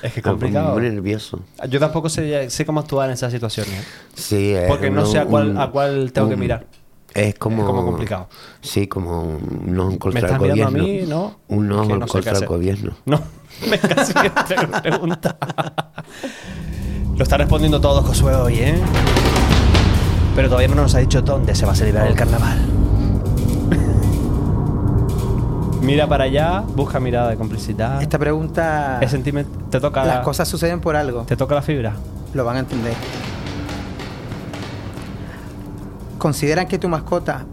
[SPEAKER 2] Es
[SPEAKER 4] Ah,
[SPEAKER 2] que
[SPEAKER 3] Me
[SPEAKER 2] complicado.
[SPEAKER 3] pone nervioso.
[SPEAKER 2] Yo tampoco sé, sé cómo actuar en esas situaciones. ¿eh?
[SPEAKER 3] Sí, es
[SPEAKER 2] Porque no
[SPEAKER 3] un-
[SPEAKER 2] sé a cuál-
[SPEAKER 3] un-
[SPEAKER 2] a cuál tengo que
[SPEAKER 3] un-
[SPEAKER 2] mirar.
[SPEAKER 3] Es como,
[SPEAKER 2] Es como complicado.
[SPEAKER 3] Sí, como un no
[SPEAKER 2] ¿Me
[SPEAKER 3] contra
[SPEAKER 2] estás
[SPEAKER 3] el
[SPEAKER 2] mirando
[SPEAKER 3] gobierno.
[SPEAKER 2] a mí? ¿No?
[SPEAKER 3] Un no,
[SPEAKER 2] Que sé qué
[SPEAKER 3] contra el
[SPEAKER 2] hacer.
[SPEAKER 3] gobierno.
[SPEAKER 2] No. Me casi te pregunta. Lo está respondiendo todos Josué hoy, ¿eh? Pero todavía no nos ha dicho dónde se va a celebrar el
[SPEAKER 4] Oh.
[SPEAKER 2] carnaval. Mira para allá, busca mirada de complicidad.
[SPEAKER 4] Esta pregunta.
[SPEAKER 2] Es sentiment- te toca
[SPEAKER 4] Las
[SPEAKER 2] la-
[SPEAKER 4] cosas suceden por algo.
[SPEAKER 2] te toca la fibra.
[SPEAKER 4] Lo van a entender. ¿Consideran que tu mascota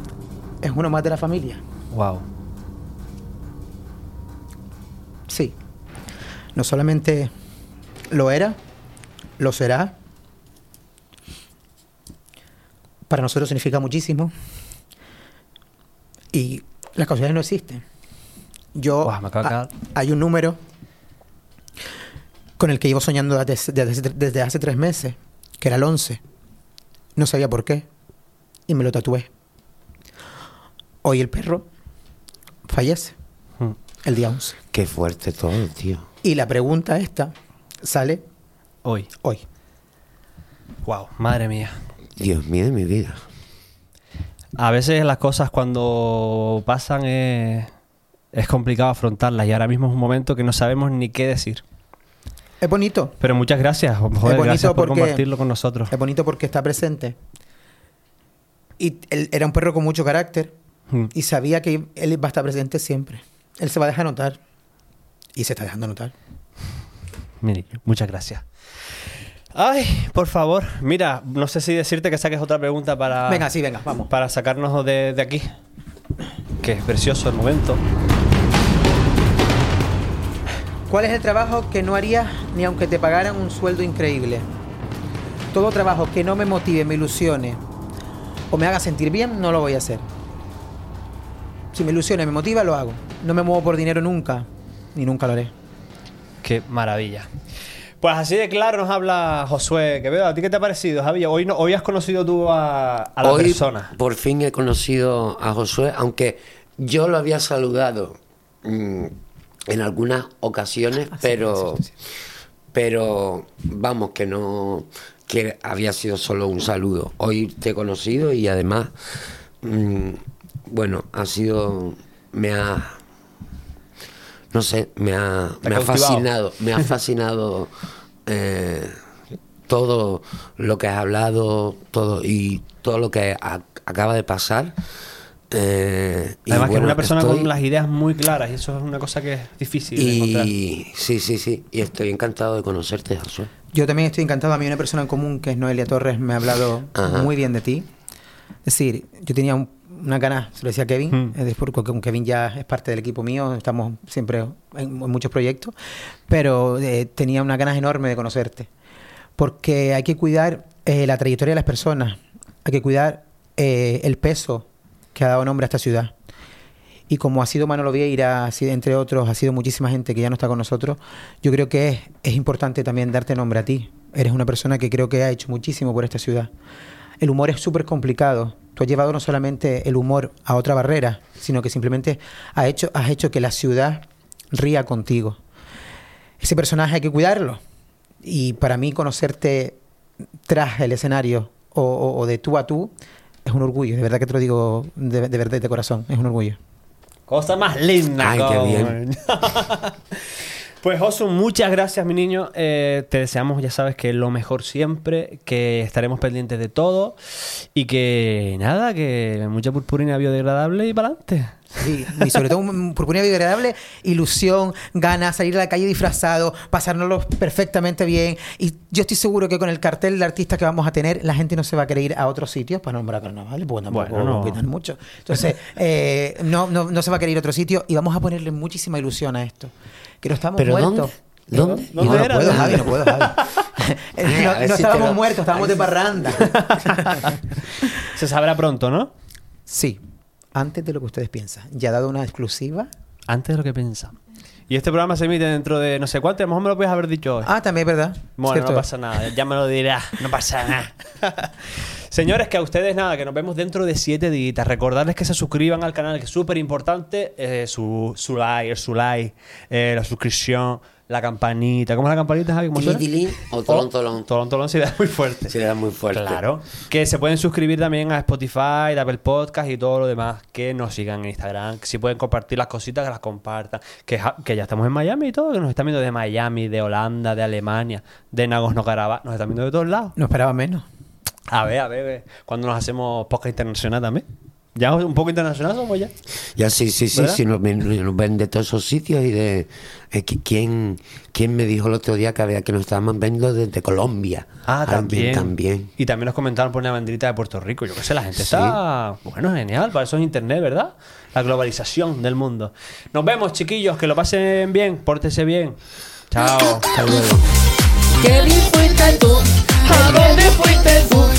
[SPEAKER 4] es uno más de la familia?
[SPEAKER 2] Wow.
[SPEAKER 4] Sí. No solamente lo era, lo será. Para nosotros significa muchísimo. Y las causalidades no existen. Yo.
[SPEAKER 2] Guau, me acabo de
[SPEAKER 4] ha-
[SPEAKER 2] quedar-
[SPEAKER 4] hay un número con el que llevo soñando desde, desde- desde hace tres meses, que era el 11. No sabía por qué. Y me lo tatué. Hoy el perro fallece
[SPEAKER 2] Mm.
[SPEAKER 4] el día 11.
[SPEAKER 3] Qué fuerte todo, tío.
[SPEAKER 4] Y la pregunta esta sale
[SPEAKER 2] Hoy.
[SPEAKER 4] hoy.
[SPEAKER 2] Wow. Madre mía.
[SPEAKER 3] Dios mío de mi vida.
[SPEAKER 2] A veces las cosas cuando pasan es, es complicado afrontarlas y ahora mismo es un momento que no sabemos ni qué decir.
[SPEAKER 4] Es bonito.
[SPEAKER 2] Pero muchas gracias, joder,
[SPEAKER 4] bonito
[SPEAKER 2] gracias por
[SPEAKER 4] porque-
[SPEAKER 2] compartirlo con nosotros.
[SPEAKER 4] Es bonito porque está presente. Y él era un perro con mucho carácter
[SPEAKER 2] Mm.
[SPEAKER 4] y sabía que él va a estar presente siempre. Él se va a dejar notar. Y se está dejando notar.
[SPEAKER 2] Mire, muchas gracias. Ay, por favor, mira, no sé si decirte que saques otra pregunta para,
[SPEAKER 4] Venga, sí, venga, vamos.
[SPEAKER 2] para sacarnos de, de aquí. Que es precioso el momento.
[SPEAKER 4] ¿Cuál es el trabajo que no harías ni aunque te pagaran un sueldo increíble? Todo trabajo que no me motive, me ilusione o me haga sentir bien, no lo voy a hacer. Si me ilusiona, me motiva, lo hago. No me muevo por dinero nunca, ni nunca lo haré.
[SPEAKER 2] Qué maravilla. Pues así de claro nos habla Josué Quevedo. ¿A ti qué te ha parecido, Javier? Hoy, no, hoy has conocido tú a, a la
[SPEAKER 3] Hoy
[SPEAKER 2] persona.
[SPEAKER 3] por fin he conocido a Josué, aunque yo lo había saludado mm, en algunas ocasiones,
[SPEAKER 2] Ah,
[SPEAKER 3] pero, pero vamos, que no, que había sido solo un saludo. Hoy te he conocido y además, mm, bueno, ha sido, me ha, no sé, me ha,
[SPEAKER 2] Te ha
[SPEAKER 3] me ha
[SPEAKER 2] cautivado.
[SPEAKER 3] fascinado, me ha fascinado. eh, todo lo que has hablado, todo y todo lo que a- acaba de pasar. eh, y
[SPEAKER 2] Además, que es
[SPEAKER 3] bueno,
[SPEAKER 2] una persona
[SPEAKER 3] estoy-
[SPEAKER 2] con las ideas muy claras y eso es una cosa que es difícil de encontrar.
[SPEAKER 3] y sí, sí, sí, y estoy encantado de conocerte, Josué.
[SPEAKER 4] Yo también estoy encantado. A mí una persona en común, que es Noelia Torres, me ha hablado
[SPEAKER 3] Ajá.
[SPEAKER 4] muy bien de ti. Es decir, yo tenía un- una gana, se lo decía a Kevin,
[SPEAKER 2] Mm.
[SPEAKER 4] eh, después porque con Kevin ya es parte del equipo mío, estamos siempre en, en muchos proyectos, pero eh, tenía unas ganas enormes de conocerte. Porque hay que cuidar eh, la trayectoria de las personas, hay que cuidar eh, el peso que ha dado nombre a esta ciudad. Y como ha sido Manolo Vieira, ha sido- entre otros, ha sido muchísima gente que ya no está con nosotros, yo creo que es, es importante también darte nombre a ti. Eres una persona que creo que ha hecho muchísimo por esta ciudad. El humor es súper complicado. Tú has llevado no solamente el humor a otra barrera, sino que simplemente has hecho, has hecho que la ciudad ría contigo. Ese personaje hay que cuidarlo. Y para mí conocerte tras el escenario o, o- o de tú a tú es un orgullo. De verdad que te lo digo de, de verdad y de corazón. Es un orgullo.
[SPEAKER 2] Cosa más linda.
[SPEAKER 3] Ay, qué
[SPEAKER 2] coño.
[SPEAKER 3] bien.
[SPEAKER 2] Pues Josu, muchas gracias, mi niño. Eh, te deseamos, ya sabes, que lo mejor siempre, que estaremos pendientes de todo y que nada, que mucha purpurina biodegradable y para adelante.
[SPEAKER 4] Sí, y sobre todo mm, un purpurina biodegradable, ilusión, ganas, salir a la calle disfrazado, pasárnoslo perfectamente bien. Y yo estoy seguro que con el cartel de artistas que vamos a tener, la gente no se va a querer ir a otros sitios pues para nombrar carnavales, porque tampoco
[SPEAKER 2] Bueno, no.
[SPEAKER 4] opinan mucho. Entonces, eh, no, no, no se va a querer ir a otro sitio y vamos a ponerle muchísima ilusión a esto. Que no estamos
[SPEAKER 3] ¿Pero
[SPEAKER 4] muertos.
[SPEAKER 3] dónde?
[SPEAKER 4] No,
[SPEAKER 2] No,
[SPEAKER 3] ¿Dónde?
[SPEAKER 2] ¿Dónde?
[SPEAKER 4] no,
[SPEAKER 2] era, Ah,
[SPEAKER 4] puedo,
[SPEAKER 2] ¿dónde?
[SPEAKER 4] Javi, no puedo, Javi.
[SPEAKER 3] Ay, a
[SPEAKER 4] no
[SPEAKER 3] ver
[SPEAKER 4] no
[SPEAKER 3] si te
[SPEAKER 4] estábamos
[SPEAKER 3] lo-
[SPEAKER 4] muertos, estábamos de parranda.
[SPEAKER 2] Se sabrá pronto, ¿no?
[SPEAKER 4] Sí, antes de lo que ustedes piensan. Ya ha dado una exclusiva.
[SPEAKER 2] Antes de lo que pensamos. Y este programa se emite dentro de no sé cuánto, a lo mejor me lo puedes haber dicho hoy.
[SPEAKER 4] Ah, también es verdad.
[SPEAKER 2] Bueno,
[SPEAKER 4] Cierto.
[SPEAKER 2] no pasa nada, ya me lo dirás, no pasa nada. Señores, que a ustedes nada, que nos vemos dentro de siete días. Recordarles que se suscriban al canal, que es súper importante. eh, su, su like, su like, eh, la suscripción, la campanita. ¿Cómo es la campanita, Javi? pues, ¿Cómo suena?
[SPEAKER 3] Tilín o tolón,
[SPEAKER 2] O-
[SPEAKER 3] tolón.
[SPEAKER 2] Tolón, tolón se da muy fuerte.
[SPEAKER 3] Se le da muy fuerte.
[SPEAKER 2] Claro. Que se pueden suscribir también a Spotify, Apple Podcast y todo lo demás. Que nos sigan en Instagram. Que si pueden compartir las cositas, que las compartan. Que, ja- que ya estamos en Miami y todo. Que nos están viendo de Miami, de Holanda, de Alemania, de Nagorno-Karabaj. Nos están viendo de todos lados.
[SPEAKER 4] No esperaba menos.
[SPEAKER 2] A ver, a ver, a ver. Cuando nos hacemos podcast internacional también. Ya un poco internacional somos ya.
[SPEAKER 3] Ya sí, sí, sí,
[SPEAKER 2] ¿Verdad?
[SPEAKER 3] sí, nos, ven- nos ven de todos esos sitios y de... eh, qui- ¿quién, ¿Quién me dijo el otro día que había que nos estaban viendo desde Colombia?
[SPEAKER 2] Ah, también.
[SPEAKER 3] También.
[SPEAKER 2] Y también nos comentaron por una banderita de Puerto Rico. Yo qué sé, la gente
[SPEAKER 3] Sí.
[SPEAKER 2] está. Bueno, genial, para eso es Internet, ¿verdad? La globalización del mundo. Nos vemos, chiquillos, que lo pasen bien, pórtense bien. Chao.
[SPEAKER 3] Hasta luego.
[SPEAKER 5] Qué bien fuiste tú, a dónde fuiste tú,